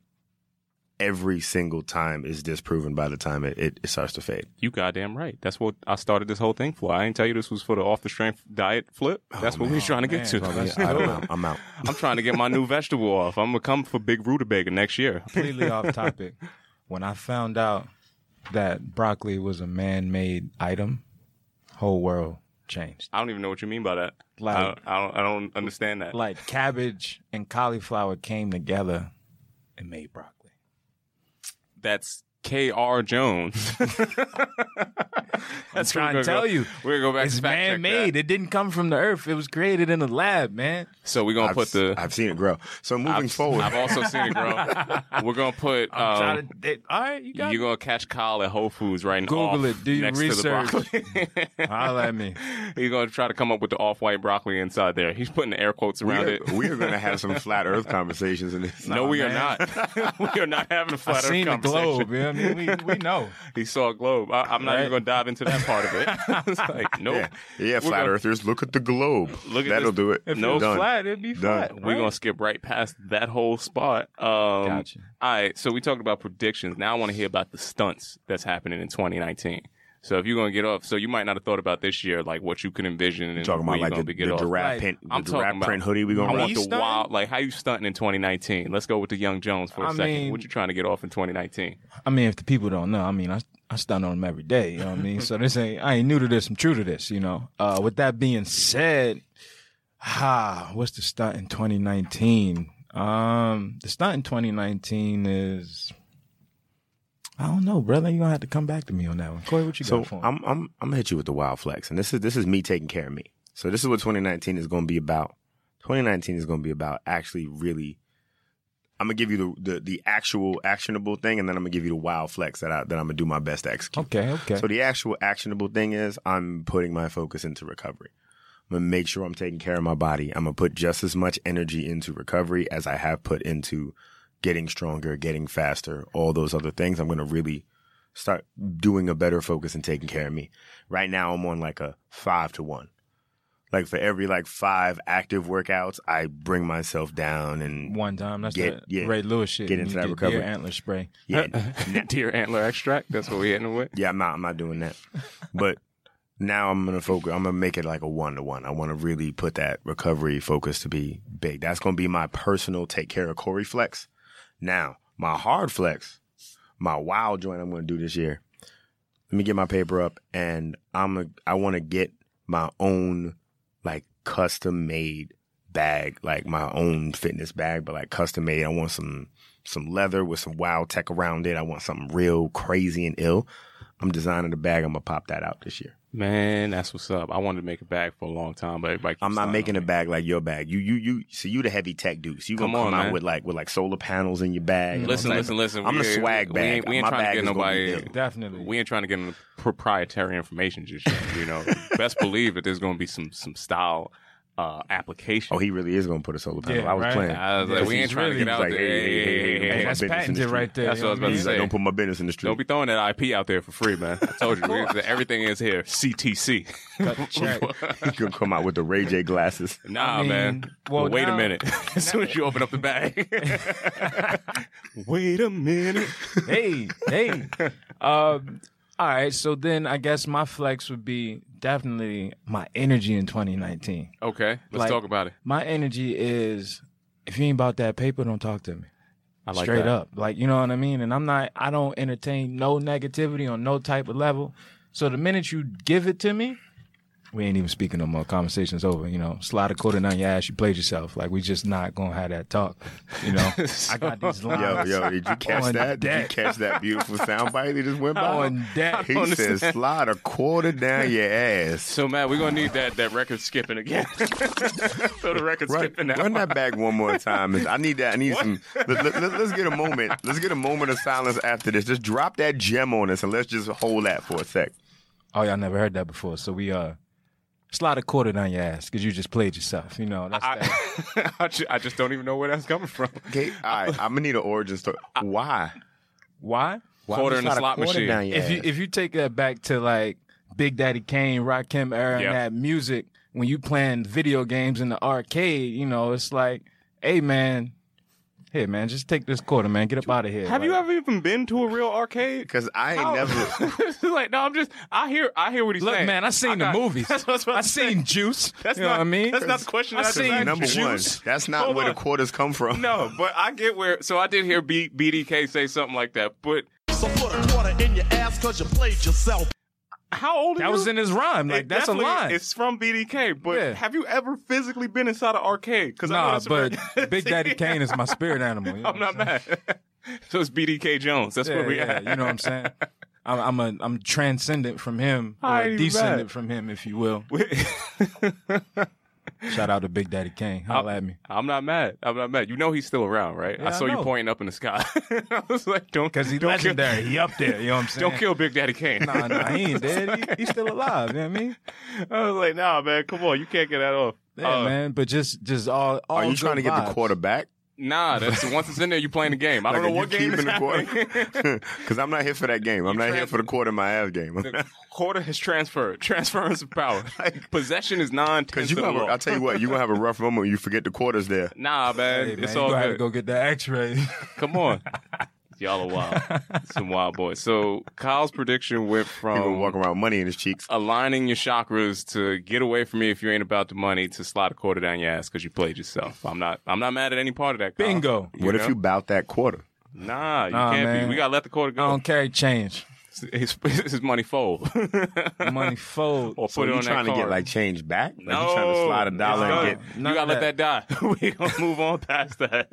B: every single time is disproven by the time it, it, it starts to fade.
A: You goddamn right. That's what I started this whole thing for. I didn't tell you this was for the off the strength diet flip.
B: Oh,
A: That's what we was trying to get
C: man.
A: to.
C: Oh,
A: [laughs]
B: I
C: that's
B: don't
C: dope.
B: know. I'm out.
A: I'm trying to get my new vegetable off. I'm gonna come for big rutabaga next year.
C: completely off topic. When I found out that broccoli was a man-made item, whole world changed.
A: I don't even know what you mean by that.
C: Like-
A: I, I don't. I don't understand that.
C: Like cabbage and cauliflower came together and made broccoli.
A: That's K.R. Jones.
C: [laughs] I'm
A: That's what [laughs] we're gonna
C: trying to tell
A: go-
C: you.
A: We're gonna go back.
C: It's
A: and fact check
C: man made.
A: that.
C: It didn't come from the earth. It was created in a lab, man.
A: So we're gonna
B: I've,
A: put the.
B: I've seen it grow. So moving forward,
A: I've also seen it grow.
C: [laughs]
A: We're gonna put.
C: I'm
A: um,
C: trying to, it- all right, you got
A: You're gonna catch Kyle at Whole Foods right now.
C: Google it. Do your
A: next
C: research.
A: To [laughs] the broccoli.
C: Holla at me.
A: He's gonna try to come up with the off-white broccoli inside there. He's putting the air quotes
B: we
A: around
B: are,
A: it.
B: we are going to have some flat Earth conversations in this.
A: no, we
C: Oh, man.
A: are not. [laughs] we are not having a
C: I
A: flat
C: seen the
A: Earth conversation.
C: globe. Yeah, I mean, we,
A: [laughs]
C: we know.
A: He saw a globe. I, I'm not even gonna
C: Right.
A: dive into that part of
C: [laughs]
A: it. [laughs] it's like, nope.
B: Yeah, yeah, flat
A: gonna-
B: earthers. Look at the globe.
A: Look at
B: That'll
A: this-
B: do it.
A: If
B: no
A: it was
B: done.
C: flat, it'd be
B: Done.
C: flat.
A: We're gonna skip right past that whole spot. Um,
C: Gotcha.
A: All right, so we talked about predictions. Now I want to hear about the stunts that's happening in 2019. So if you're gonna get off, so you might not have thought about this year, like what you could envision and
B: Talking
A: where
B: about
A: you're
B: like
A: gonna
B: the,
A: be
B: the
A: get off.
B: giraffe,
C: Like,
B: pin, the
A: I'm talking
B: giraffe
A: about-
B: print hoodie. We
A: I
B: gonna
A: want
B: run.
A: the
C: stunting?
A: wild, like how you stunting in 2019. Let's go with the young Jones for a
C: I
A: second.
C: mean-
A: what you trying to get off in 2019?
C: I mean, if the people don't know, I mean, I I stunt on them every day. You know what I mean? So this ain't I ain't new to this. I'm true to this. You know. Uh, with that being said, ha, what's the stunt in 2019? Um, the stunt in 2019 is. I don't know, brother. You're gonna have to come back to me on that one. Corey, what you
B: So
C: got for me?
B: I'm I'm I'm gonna hit you with the wild flex, and this is this is me taking care of me. So this is what 2019 is gonna be about. 2019 is gonna be about actually really. I'm gonna give you the the, the actual actionable thing, and then I'm gonna give you the wild flex that I that I'm gonna do my best to execute.
C: okay, okay.
B: So the actual actionable thing is I'm putting my focus into recovery. I'm gonna make sure I'm taking care of my body. I'm gonna put just as much energy into recovery as I have put into getting stronger, getting faster, all those other things. I'm gonna really start doing a better focus and taking care of me. Right now I'm on like a five to one. Like for every like five active workouts, I bring myself down and
C: one time, that's
B: Get-
C: the
B: yeah.
C: Ray Lewis shit.
B: Get
C: and
B: into
C: you
B: that
C: did
B: recovery.
C: deer antler spray.
B: [laughs]
A: [laughs]
B: yeah,
A: Deer antler extract. That's what we hitting it with.
B: [laughs] Yeah, I'm not. I'm not doing that. But now I'm gonna focus. I'm gonna make it like a one to one. I want to really put that recovery focus to be big. That's gonna be my personal take care of Corey flex. Now my hard flex, my wild joint. I'm gonna do this year. Let me get my paper up, and I'm. A, I want to get my own like custom made bag, like my own fitness bag, but like custom made. I want some some leather with some wild tech around it. I want something real crazy and ill. I'm designing the bag. I'm gonna pop that out this year.
A: Man, that's what's up. I wanted to make a bag for a long time, but everybody. keeps
B: I'm
A: stunting
B: not
A: on
B: making a
A: me.
B: bag like your bag. You you you. So you the heavy tech dude. So you gonna
A: Come on,
B: come, out
A: man.
B: with like with like solar panels in your bag. and all
A: Listen,
B: type
A: listen,
B: of-
A: listen.
B: I'm
A: we,
B: the swag
A: We ain't,
B: bag.
A: we ain't
B: My
A: trying
B: bag
A: to get
B: is gonna be
A: nobody.
B: big.
C: Definitely.
A: We ain't trying to get into proprietary information just yet. You
B: [laughs]
A: know, best believe that there's going to be some some style uh, application.
B: Oh, he really is gonna put a solar panel.
C: Yeah,
B: I was
C: right.
B: playing.
A: I was like,
B: Because
A: we ain't
B: he's
A: trying
C: really-
A: to get out
B: like,
A: there.
B: hey, hey, hey, hey, hey,
C: Hey,
B: my business
C: that's
B: in the
C: patented
B: street.
C: right there.
A: That's
C: you
A: what
C: know
A: I was
C: mean?
B: He's like,
A: say.
B: don't put my business in the street.
A: Don't be throwing that IP out there for free, man. I told you, everything is here. CTC.
C: Cut
B: [laughs]
C: check.
B: He's gonna come out with the Ray J glasses.
A: [laughs] Nah,
C: I mean,
A: man.
C: well,
A: Well, wait a
C: now-
A: minute. [laughs] as soon as you open up the bag,
C: [laughs]
A: wait a minute.
C: hey, hey. Um, all right, so then I guess my flex would be definitely my energy in 2019.
A: Okay, let's
C: Like-
A: talk about it.
C: My energy is if you ain't about that paper, don't talk to me.
A: I like
C: Straight
A: that.
C: up. Like, you know what I mean? And I'm not, I don't entertain no negativity on no type of level. So the minute you give it to me, we ain't even speaking no more. Conversation's over. You know, slide a quarter down your ass, you played yourself. Like, we just not gonna have that talk. You know, I got
B: [laughs]
C: these
B: Yo,
C: lines
B: yo, did you catch
C: On
B: that? Did you
C: deck.
B: catch that beautiful soundbite that just
A: [laughs]
B: went by?
C: on deck.
B: He says, slide a quarter down your ass.
A: So Matt, we're gonna need that that record skipping again. [laughs] so the record
B: Run,
A: skipping out.
B: run that back one more time. I need that. I need some. Let, let, let, us get a moment. Let's get a moment of silence after this. Just drop that gem on us and let's just hold that for a sec.
C: Oh, y'all never heard that before. So we uh slide a quarter down your ass because you just played yourself. You know, that's that.
A: I, [laughs] I, ju- I just don't even know where that's coming from.
B: Okay. All right. I'm gonna need an origin story. Why?
C: why.
B: Why
A: Quarter
B: we
A: in the
B: slide a
A: slot
B: quarter
A: machine.
B: down your
C: If you
B: ass?
C: if you take that back to like Big Daddy Kane, Rakim era,
A: Yeah.
C: and that music when you playing video games in the arcade, you know, it's like, hey man, hey man, just take this quarter, man, get up out of here.
A: Have you
C: Like,
A: ever even been to a real arcade?
B: Cause I
A: Oh.
B: ain't never.
A: like no, I'm just. I hear. I hear what he's
C: Look,
A: saying.
C: man, I seen
A: got-
C: the movies.
A: [laughs] That's what
C: I
A: I'm
C: seen
A: saying.
C: Juice.
A: That's
C: you know
A: not-
C: what I mean.
A: that's not the question [laughs]
C: I
A: that I just
C: seen
A: asked
B: Number
C: Juice.
B: one. That's not
A: Hold
B: where
A: on.
B: the quarters come from.
A: No, but I get where. So I did hear B, BDK say something like that, but
D: So put a quarter in your ass cause you played yourself.
A: How old are
C: That
A: you?
C: was in his rhyme.
A: It
C: Like that's a
A: definitely-
C: line.
A: It's from BDK, but
C: Yeah.
A: have you ever physically been inside an arcade? Because I know
C: Nah,
A: that's
C: but
A: a- [laughs]
C: Big Daddy Kane is my spirit animal. you know
A: I'm
C: what
A: not mad. [laughs] so it's BDK Jones. That's
C: saying?
A: where
C: Yeah,
A: we
C: yeah,
A: at.
C: you know what I'm saying?
A: [laughs]
C: I'm I'm a I'm transcendent from him,
A: I
C: or
A: ain't even
C: descendant
A: mad.
C: from him, if you will.
A: [laughs] We-
C: Shout out to Big Daddy Kane.
A: Uh,
C: Holla at me.
A: I'm not mad. I'm not mad. You know he's still around, right?
C: Yeah,
A: I
C: I
A: saw you
C: know.
A: pointing up in the sky. [laughs] I was like, don't
C: Cause he's
A: don't
C: legendary.
A: Kill,
C: He up there. You know what I'm saying?
A: don't kill Big Daddy Kane.
C: [laughs] Nah, nah, he ain't dead. He, he's still alive. You know what I mean?
A: [laughs] I was like, nah, man, come on, you can't get that off.
C: Yeah,
A: Uh,
C: man. But just, just all, all.
B: Are you
C: good
B: trying to get the
C: vibes.
B: quarterback?
A: Nah, that's once it's in there, you playing the game. I don't know what game is
B: the
A: happening.
B: [laughs]
A: [laughs]
B: quarter. Because I'm not here for that game. I'm not here for the quarter my ass game. [laughs]
A: [laughs] Quarter has transferred. Transference of
C: [laughs]
A: power. Possession is non.
B: Because you, gonna- I'll tell you what, you're gonna have a rough moment. when You forget the quarters there.
A: Nah,
C: Hey,
A: man,
C: man,
A: it's
C: you
A: all
C: gonna have
A: good.
C: to go get the
A: [laughs]
C: X-ray.
A: Come
C: [laughs]
A: on, y'all are wild. Some wild boys. So Kyle's prediction went
B: He gonna
A: from
B: walk around with money in his cheeks.
A: aligning your chakras to get away from me if you ain't about the money to slide a quarter down your ass because you played yourself. I'm not. I'm not mad at any part of that. Kyle.
C: Bingo.
B: What if
A: know?
B: you bout that quarter?
A: Nah, you
C: Nah,
A: can't
C: man.
A: be. We gotta let the quarter
C: I
A: go.
C: don't carry change.
A: His, his money fold. [laughs]
C: Money fold.
A: or put
B: So
A: it
B: you
A: on
B: trying
A: that
B: to get
A: card.
B: like change back? Like
A: no,
B: you trying to slide a dollar
A: it's
B: and
A: done.
B: get?
C: None
A: you gotta
C: of
A: let that, die. [laughs] we gonna move on past that.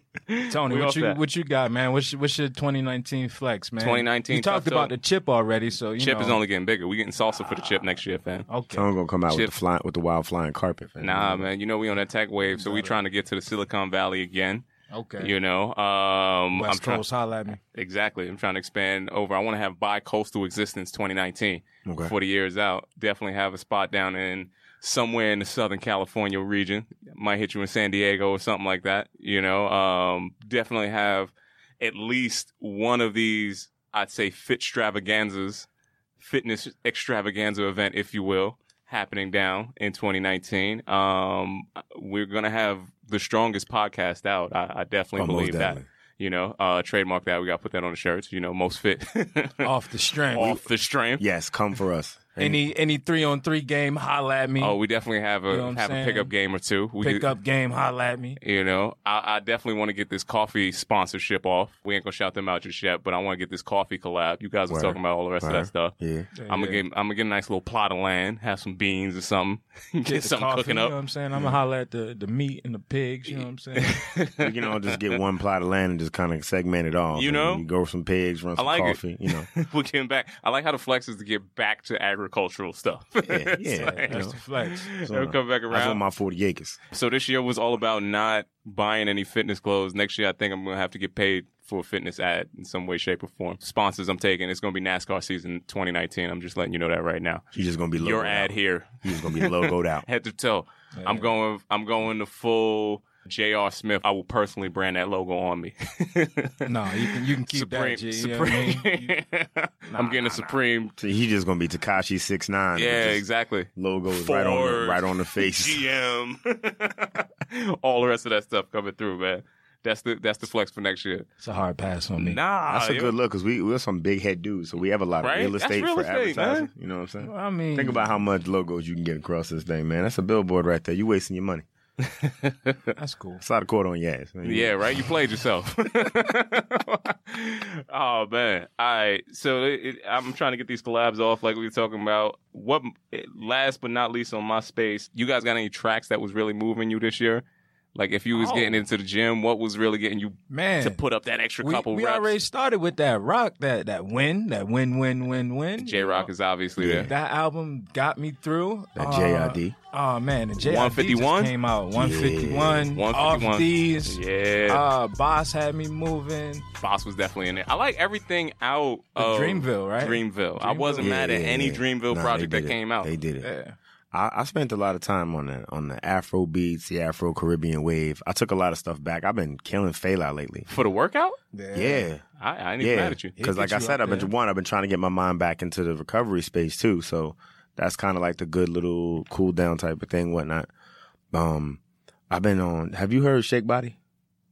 A: [laughs]
C: Tony,
A: We
C: what
A: off
C: you
A: that.
C: what you got, man? What's your- what's your 2019 flex, man?
A: 2019
C: You talked
A: tough
C: about
A: toe.
C: the chip already, so you
A: chip
C: know. Oh,
A: is only getting bigger. We getting salsa for the chip next year, fam.
C: okay.
B: Tone gonna come out with
A: Chip.
B: the fly, with the wild flying carpet. fam.
A: Nah, man. You know we on that tech wave, so we trying to get to the Silicon Valley again.
C: Okay.
A: You know, um, I'm
C: West
A: trying
C: Coast, holla at me.
A: exactly. I'm trying to expand over. I want to have bi-coastal existence 2019,
B: Okay.
A: 40 years out. Definitely have a spot down in somewhere in the Southern California region. Might hit you in San Diego or something like that. You know, um, definitely have at least one of these. I'd say fit extravaganzas, fitness extravaganza event, if you will, happening down in 2019. Um, we're gonna have the strongest podcast out. I, I definitely
B: Oh, most
A: believe that
B: definitely.
A: you know, uh, trademark that. We got to put that on the shirts. You know, most
C: [laughs]
A: fit [laughs]
C: Off the strength.
A: off the strength.
B: Yes, come for us.
C: Any any three on three game, holla at me.
A: Oh, we definitely have a
C: You know what I'm
A: have
C: saying?
A: a pickup game or two. We
C: Pick up game, holla at me.
A: You know, I, I definitely want to get this coffee sponsorship off. We ain't gonna shout them out just yet, but I want to get this coffee collab. You guys were
B: Word.
A: talking about all the rest of
B: Word.
A: that stuff.
B: Yeah.
A: [laughs] I'm gonna get I'm gonna get a nice little plot of land, have some beans or something, [laughs] get,
C: Get the
A: something
C: coffee,
A: cooking
C: You know what
A: up. Mm-hmm.
C: I'm saying? I'm gonna holla at the, the meat and the pigs, you know what I'm
A: [laughs]
C: saying?
B: We can all just get one plot of land and just kind of segment it all.
A: You
B: And
A: know?
B: you go for some pigs, run some
A: like it.
B: coffee.
A: [laughs]
B: You know,
A: We're getting back. I like how the flex is to get back to agricultural stuff. [laughs]
B: yeah,
A: It's
B: yeah.
A: like,
B: you
C: That's
B: know.
C: the
A: [laughs]
C: flex.
A: it'll come back
B: I
A: around.
B: want my forty acres.
A: So this year was all about not buying any fitness clothes. Next year, I think I'm gonna have to get paid for a fitness ad in some way, shape, or form. Sponsors I'm taking. It's gonna be NASCAR season 2019. I'm just letting you know that right now.
B: You're just gonna be logoed
A: Your ad
B: out.
A: here,
B: You're just gonna be logoed
A: [laughs]
B: out.
A: head to toe. I'm going. I'm going to full. J.R. Smith, I will personally brand that logo on me.
C: No, you can you can keep that. G, you know what I mean?
A: [laughs] I'm getting a Supreme.
B: So he's just gonna be Takashi six nine.
A: Yeah,
C: [laughs]
A: exactly.
B: Logos right on the,
A: Ford.
B: right on the face.
A: GM. [laughs] All the rest of that stuff coming through, man. That's the that's the flex for next year.
C: It's a hard pass on me.
A: Nah,
B: That's a
A: yo.
B: good look because we we're some big head dudes, so we have a lot
A: Ah, Right?
B: of real
A: That's
B: estate
A: real
B: for
A: estate, man. Mm.
B: advertising. You know what I'm saying?
C: I mean,
B: Think about how much logos you can get across this thing, man. That's a billboard right there. You wasting your money.
C: that's cool.
B: Slide a quarter on your ass. Man.
A: Yeah, right. You played yourself. [laughs] oh man. All right. So it, it, I'm trying to get these collabs off, like we were talking about. What? Last but not least, on my space, you guys got any tracks that was really moving you this year? Like if you was
C: Oh.
A: getting into the gym, what was really getting you
C: Man,
A: to put up that extra
C: we,
A: couple
C: we
A: reps?
C: already started with that rock, that that win, that win, win, win, win.
A: J Rock is obviously there.
C: That album got me through.
B: That
C: Uh,
B: JID.
C: Oh man, the JID
A: 151?
C: just came out. 151.
A: 151.
C: Off these.
A: Yeah,
C: Uh, Boss had me moving.
A: Boss was definitely in there. I like everything out
C: The
A: of
C: Dreamville, right?
A: Dreamville. I
C: Dreamville.
A: wasn't mad at any Dreamville
B: Nah,
A: project
B: they
A: that
B: did it.
A: came out.
B: They did it.
C: Yeah.
B: I, I spent a lot of time on the on the Afro beats, the Afro Caribbean wave. I took a lot of stuff back. I've been killing Fela lately.
A: For the workout,
B: Yeah,
A: I, I ain't even
B: yeah.
A: mad at you.
B: Because
C: He'll
B: like I
C: get you
B: said,
C: out
B: I've been
C: there.
B: one. I've been trying to get my mind back into the recovery space too. So that's kind of like the good little cool down type of thing, whatnot. Um, I've been on. Have you heard Shake Body?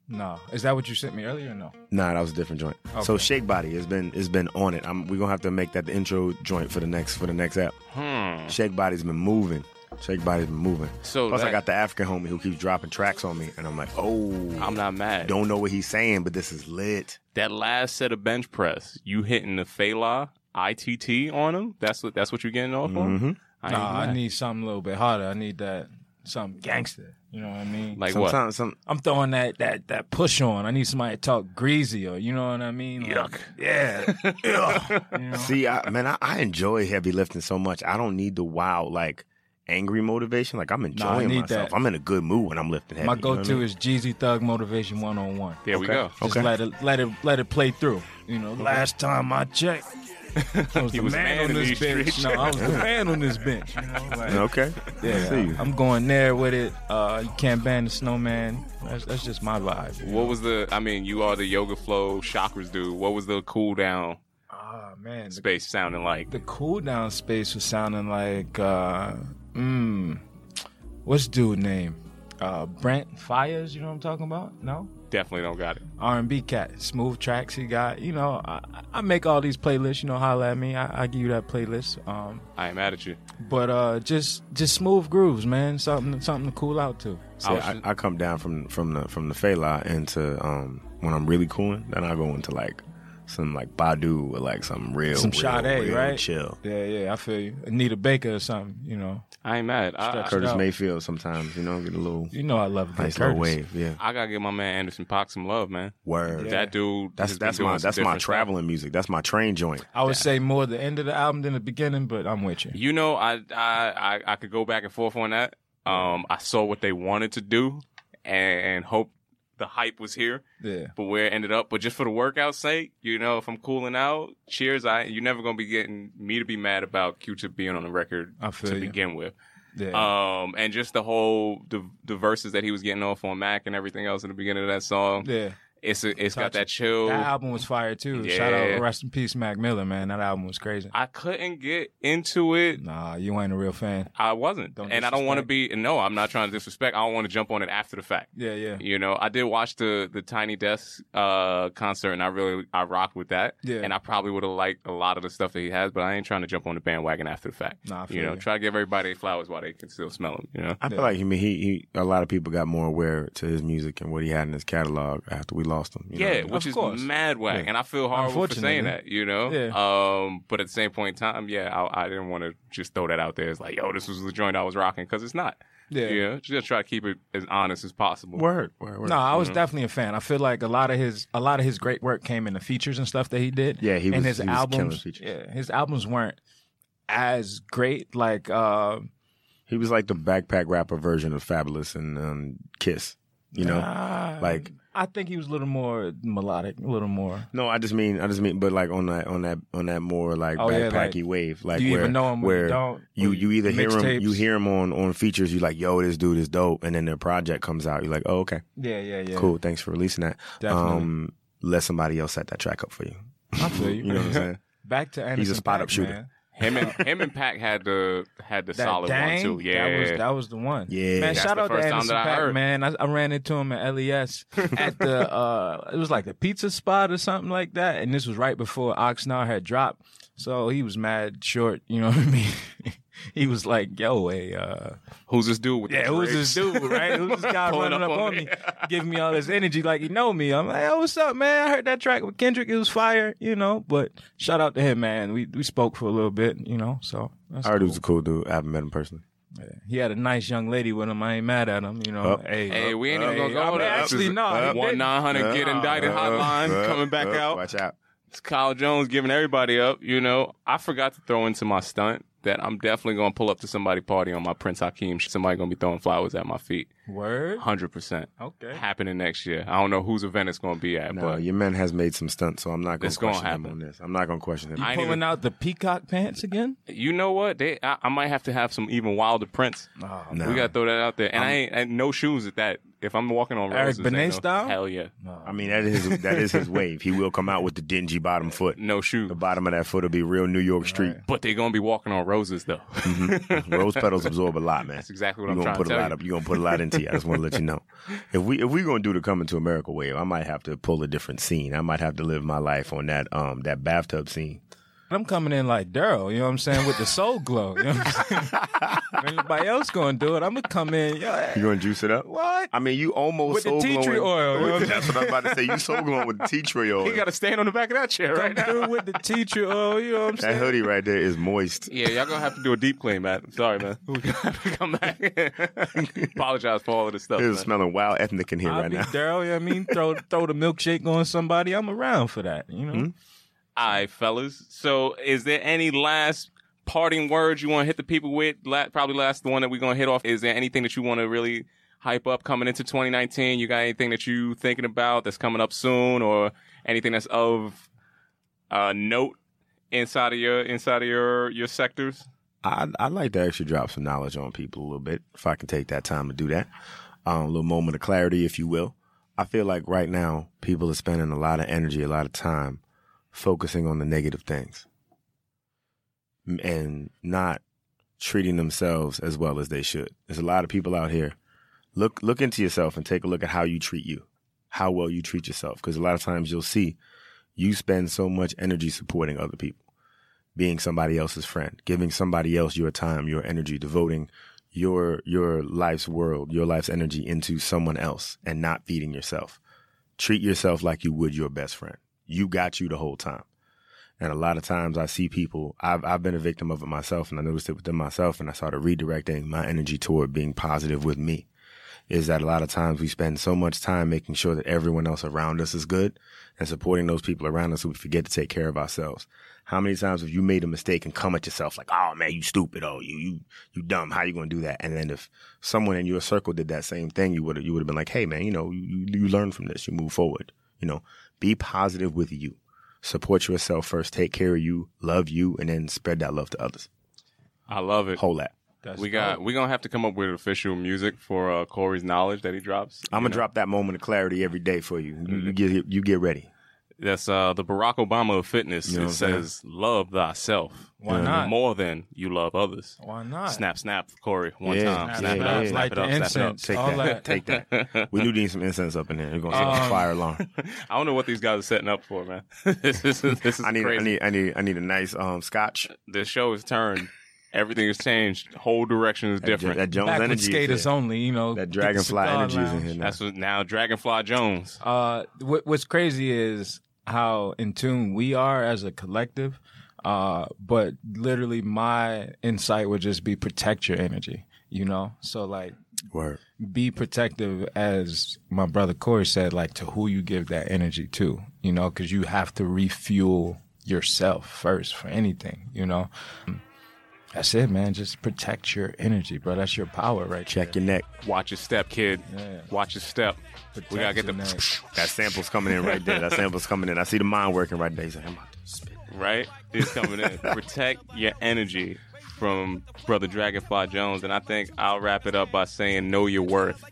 C: No, is that what you sent me earlier? or No.
B: Nah, that was a different joint. So Shake Body has been has been on it. I'm, we're gonna have to make that the intro joint for the next for the next app.
A: Hmm.
B: Shake Body's been moving. Shake Body's been moving.
A: So
B: Plus,
A: that,
B: I got the African homie who keeps dropping tracks on me, and I'm like, oh,
A: I'm not mad.
B: don't know what he's saying, but this is lit.
A: That last set of bench press, you hitting the Fela ITT on them. That's what that's what you're getting off on.
B: Mhm.
A: I ain't
C: Nah, I
A: mad.
C: need something a little bit harder. I need that something gangster. You know what I mean?
A: like what?
B: Sometimes some
C: I'm throwing that that that push on. I need somebody to talk greasy or you know what I mean? Like,
A: Yuck.
B: [laughs]
C: Yeah. Yuck. You know?
B: see, I, man, I, I enjoy heavy lifting so much. I don't need the wow, like angry motivation. Like I'm
C: Nah, I
B: enjoying
C: need
B: myself.
C: that.
B: I'm in a good mood when I'm lifting heavy.
C: My
B: you know what I
C: go-to
B: mean?
C: is Jeezy Thug Motivation 101.
A: There we go.
C: Just
B: Okay.
C: let it let it let it play through. You know, last time
A: [laughs]
C: I checked, I was
A: He
C: the
A: was
C: man,
A: man
C: on
A: in
C: this
A: these
C: bench.
A: streets.
C: No,
B: [laughs]
C: I was the man on this bench. You know, like,
B: [laughs] okay.
C: [laughs] yeah,
B: See you.
C: I'm going there with it. Uh, you can't ban the snowman. That's, that's just my vibe.
A: What was the? I mean, you are the yoga flow chakras dude. What was the cool down
C: Ah man, the
A: space sounding like?
C: the cool down space was sounding like uh mm, what's dude name uh brent fires you know what i'm talking about no
A: Definitely don't got it.
C: r&b cat smooth tracks he got you know i, I make all these playlists you know holla at me i, I give you that playlist um
A: I am mad at you.
C: but uh just just smooth grooves man something something to cool out to
B: See,
A: I was
B: I,
A: just-
B: I come down from from the from the Fela into um when I'm really cooling, then I go into like some like Badu or like some real
C: Some
B: real,
C: Sade,
B: real
C: right?
B: chill.
C: yeah yeah i feel you anita baker or something you know
A: I ain't mad. I,
C: Structure.
A: I,
B: Curtis
C: out.
B: Mayfield sometimes, you know, get a little
C: you know i love
B: nice
C: that
B: little wave. Yeah.
A: I gotta give my man Anderson Pock some love, man.
B: Word.
A: That dude.
B: That's
A: has been
B: that's
A: doing
B: my
A: some
B: that's my
A: different stuff.
B: traveling music. That's my train joint.
C: i would say more the end of the album than the beginning but i'm with you
A: You know, I, I I I could go back and forth on that. Um, I saw what they wanted to do, and, and hope the hype was here,
C: yeah
A: but where it ended up. But just for the workout's sake, you know, if I'm cooling out, cheers. I you're never gonna be getting me to be mad about Q-Tip being on the record
C: I feel
A: to
C: you.
A: begin with.
C: yeah
A: Um, and just the whole the, the verses that he was getting off on Mac and everything else in the beginning of that song.
C: yeah
A: It's a, it's got
C: Touch it.
A: that chill.
C: That album was fire too. Shout
A: Yeah.
C: out, rest in peace, Mac Miller, man. That album was crazy.
A: I couldn't get into it.
C: Nah, you ain't a real fan.
A: I wasn't,
C: Don't
A: and I don't want to be.
C: disrespect.
A: No, I'm not trying to disrespect. I don't want to jump on it after the fact.
C: Yeah, yeah,
A: You know, I did watch the the Tiny Desk uh, concert, and I really I rocked with that.
C: Yeah.
A: And I probably would have liked a lot of the stuff that he has, but I ain't trying to jump on the bandwagon after the fact.
C: Nah, I feel
A: you know,
C: you.
A: try to give everybody their flowers while they can still smell them. You know,
B: I feel like he, he he a lot of people got more aware to his music and what he had in his catalog after we lost him. you know?
A: yeah, which
C: Of
A: is
C: course.
A: mad whack,
B: Yeah.
A: and I feel horrible for saying
C: Unfortunately.
A: that. You know, um, but at the same point in time, yeah, I, I didn't want to just throw that out there. It's like, yo, this was the joint I was rocking because it's not.
C: yeah.
A: Yeah, just try to keep it as honest as possible.
B: Word, word, word.
C: No, I was definitely a fan. I feel like a lot of his a lot of his great work came in the features and stuff that he did.
B: Yeah, he
C: and
B: was-
C: his
B: he was killing
C: albums.
B: features.
C: yeah, his albums weren't as great. Like, uh,
B: He was like the backpack rapper version of Fabulous and um, Kiss. You know,
C: ah,
B: like
C: I think he was a little more melodic, a little more.
B: No, I just mean I just mean, but like on that on that on that more like
C: Oh, yeah,
B: backpacky
C: like,
B: wave, like
C: do you
B: where,
C: even know him?
B: where
C: you don't.
B: you you either hear him
C: Mixtapes.
B: you hear him on on features, you like yo this dude is dope, and then their project comes out, you're like oh okay
C: Yeah, yeah, yeah.
B: cool, thanks for releasing that.
C: Definitely.
B: Um, let somebody else set that track up for you.
C: I feel you.
B: [laughs] You know what
C: [laughs]
B: I'm saying?
C: Back to Anderson.
B: spot-up
C: Paak,
B: shooter.
C: man.
A: Him and
C: [laughs]
A: him and Pac had the had the
C: That
A: solid
C: dang,
A: one too. Yeah,
C: that was that was the one.
B: Yeah.
C: man.
B: That's
C: shout
A: the
C: out to
A: first time
C: Anderson
A: that I
C: Paak,
A: heard.
C: man. I, I ran into him
A: [laughs]
C: at LES at the uh, it was like the pizza spot or something like that, and this was right before Oxnard had dropped, so he was mad short. You know what I mean? [laughs] he was like, "Yo, hey, uh,
A: who's this dude with
C: yeah,
A: the
C: who's this
A: dreads?
C: dude, right?
A: [laughs]
C: Who's this guy
A: Pulling
C: running up,
A: up
C: on
A: on
C: me,
A: me.
C: giving me all this energy like he know me? I'm like, oh, what's up, man? I heard that track with Kendrick. It was fire, you know. But shout out to him, man. We we spoke for a little bit, you know. So that's
B: I heard he
C: cool.
B: was a cool dude. I haven't met him personally.
C: He had a nice young lady with him. I ain't mad at him, you know.
B: Up.
C: Hey,
A: Hey,
C: up.
A: we ain't even
C: Hey,
A: gonna
C: I
A: go
C: mean,
A: there.
C: actually, no, he didn't.
A: Uh, One nine hundred get indicted
B: Uh,
A: hotline
B: uh,
A: coming back
B: uh,
A: out.
B: Watch out.
A: It's Kyle Jones giving everybody up. You know, I forgot to throw into my stunt that I'm definitely gonna pull up to somebody party on my Prince Hakeem. Somebody gonna be throwing flowers at my feet.
C: word.
A: Hundred percent
C: Okay.
A: happening next year. I don't know whose event it's gonna be at,
B: No,
A: but
B: your man has made some stunts, so I'm not going
A: It's
B: to
A: gonna
B: question him
A: happen.
B: on this. I'm not going to question him.
A: I ain't
C: Pulling
A: even-
C: out the peacock pants again?
A: you know what? They, I, I might have to have some even wilder prints.
C: Oh,
B: No.
A: We gotta throw that out there. And I ain't, I ain't no shoes at that. If I'm walking on
C: Um, Eric
A: roses, ain't
C: Benet
A: no-
C: style?
A: hell yeah,
B: I mean that is that is his wave. He will come out with the dingy bottom foot.
A: no shoes.
B: The bottom of that foot will be real New York street.
A: But they're gonna be walking on roses though. [laughs]
B: Rose petals absorb a lot, man. That's
A: exactly what
B: you're
A: I'm
B: gonna
A: trying
B: put
A: to
B: a
A: tell
B: lot
A: you.
B: Up, you're gonna put a lot into you. I just want to let you know. If we if we're gonna do the coming to America wave, I might have to pull a different scene. I might have to live my life on that um that bathtub scene.
C: I'm coming in like Daryl, you know what I'm saying, with the soul glow. You know what I'm saying? If anybody else gonna do it, I'm gonna come in. Yo, hey,
B: You gonna juice it up?
C: what?
B: I mean, you almost
C: With the
B: soul
C: tea tree
B: glowing-
C: oil, you know what I'm
B: That's what I'm about to say. You soul glowing with the tea
C: [laughs]
B: tree oil.
A: He got to stand on the back of that chair
C: Come
A: right now.
C: through with the teacher. Oh, you know what I'm
B: that
C: saying.
B: hoodie right there is
C: [laughs]
B: moist.
A: Yeah, y'all gonna have to do a deep clean, man. Sorry, man. [laughs] We gotta come back. [laughs] Apologize for all of this stuff.
B: It's
A: man.
B: smelling wild ethnic in here
C: I'll
B: right
C: be
B: now.
C: Daryl. You know what I mean, throw throw the milkshake on somebody. I'm around for that.
B: Hmm?
C: You know.
A: All right, fellas. So, is there any last parting words you want to hit the people with? La- probably last the one that we're gonna hit off. Is there anything that you want to really hype up coming into 2019? You got anything that you thinking about that's coming up soon, or anything that's of uh, note inside of your inside of your your sectors?
B: I'd, I'd like to actually drop some knowledge on people a little bit, if I can take that time to do that. Um, a little moment of clarity, if you will. I feel like right now, people are spending a lot of energy, a lot of time focusing on the negative things M- and not treating themselves as well as they should. There's a lot of people out here. Look, look into yourself and take a look at how you treat you, how well you treat yourself. Cause a lot of times you'll see you spend so much energy supporting other people being somebody else's friend, giving somebody else your time, your energy, devoting your your life's world, your life's energy into someone else and not feeding yourself. Treat yourself like you would your best friend. You got you the whole time. And a lot of times I see people, I've I've been a victim of it myself and I noticed it within myself and I started redirecting my energy toward being positive with me. Is that a lot of times we spend so much time making sure that everyone else around us is good and supporting those people around us who we forget to take care of ourselves. How many times have you made a mistake and come at yourself like, "Oh man, you stupid! Oh, you you you dumb! How you gonna do that?" And then if someone in your circle did that same thing, you would you would have been like, "Hey man, you know you you learn from this. You move forward. You know, be positive with you, support yourself first, take care of you, love you, and then spread that love to others.
A: I love it.
B: Whole that.
C: That's
A: we got. We're gonna have to come up with official music for uh, Corey's knowledge that he drops.
B: I'm
A: You
B: gonna
A: know?
B: drop that moment of clarity every day for you. You, you get you get ready.
A: That's uh, the Barack Obama of fitness.
B: You know
A: it
B: what I'm saying?
A: says, "Love thyself.
C: Why
A: uh,
C: not?
A: More than you love others."
C: Why not?
A: Snap, snap, Corey. One
B: Yeah,
A: time.
B: yeah,
A: Snap
B: yeah,
A: it
B: yeah.
A: up.
C: Like
A: Snap it
C: the
A: up. Snap
C: incense.
A: it
B: Take that.
C: All that.
B: Take that.
A: up.
B: We do need some incense up in here. You're gonna set
C: Um,
B: a fire alarm.
A: [laughs] I don't know what these guys are setting up for, man. [laughs] this is, this is
B: I need,
A: crazy.
B: I need, I need, I need a nice um scotch.
A: The show is turned. Everything has changed. Whole direction is different.
B: That Jones
C: Backward
B: energy. is
C: skaters
B: here.
C: only. You know
B: That
C: get the
B: dragonfly
C: cigar
B: energy is in
C: lounge.
B: here. Now.
A: That's what now Dragonfly Jones.
C: Uh, what, what's crazy is how in tune we are as a collective. Uh, but literally, my insight would just be protect your energy. You know, so like
B: Word.
C: be protective, as my brother Corey said, like to who you give that energy to. You know, because you have to refuel yourself first for anything. You know, that's it, man. Just protect your energy, bro. That's your power, right?
B: Check your neck.
A: Watch your step, kid.
C: Yeah.
A: Watch your step. we gotta get the
C: Protect your
B: That sample's coming in right there. That sample's coming in. I see the mind working right there. He's like, I'm about to spit.
A: right? It's coming in. Protect your energy from Brother Dragonfly Jones. And I think I'll wrap it up by saying, know your worth.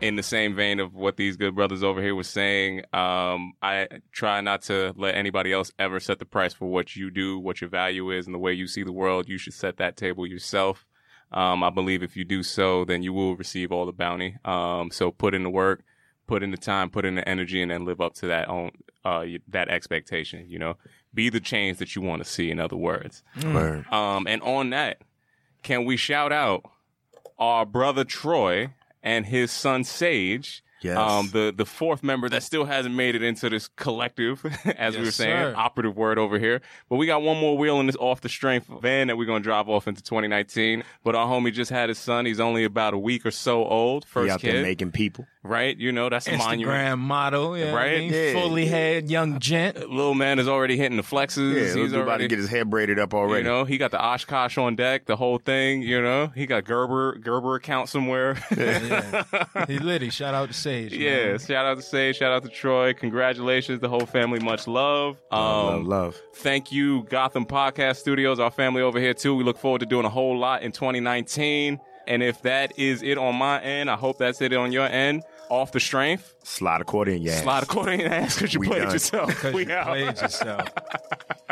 A: In the same vein of what these good brothers over here were saying, um, I try not to let anybody else ever set the price for what you do, what your value is, and the way you see the world. You should set that table yourself. Um, I believe if you do so, then you will receive all the bounty. Um, so put in the work, put in the time, put in the energy, and then live up to that own uh, y- that expectation. You know, be the change that you want to see. In other words,
B: Word.
A: um, and on that, can we shout out our brother Troy and his son Sage?
B: Yes.
A: Um, the the fourth member that still hasn't made it into this collective, [laughs] as we
C: Yes,
A: were saying,
C: sir.
A: operative word over here. But we got one more wheel in this off the strength van that we're gonna drive off into 2019. But our homie just had his son. He's only about a week or so old.
B: He
A: First
B: out
A: kid,
B: there making people.
A: right? You know, that's a [laughs] monument.
C: Instagram model, yeah,
A: Right?
C: I mean,
B: Yeah.
C: Fully head, young
A: [laughs]
C: gent.
A: Little man is already hitting the flexes.
B: Yeah,
A: He's
B: he's about to
A: already-
B: get his hair braided up already.
A: You know, he got the Oshkosh on deck, the whole thing. You know, he got Gerber Gerber account somewhere. [laughs]
C: Yeah. he litty. Shout out to Sage. man.
A: yeah, shout out to Sage, shout out to Troy. Congratulations, the whole family. Much love. Um,
B: love, love.
A: Thank you, Gotham Podcast Studios, our family over here too. We look forward to doing a whole lot in 2019. And if that is it on my end, I hope that's it on your end. Off the strength,
B: Slide accordion, yeah.
A: slide a quarter in the ass because you
B: We
A: played
B: done.
C: [laughs]
A: yourself.
C: 'Cause
A: we
C: you
A: out.
C: played yourself.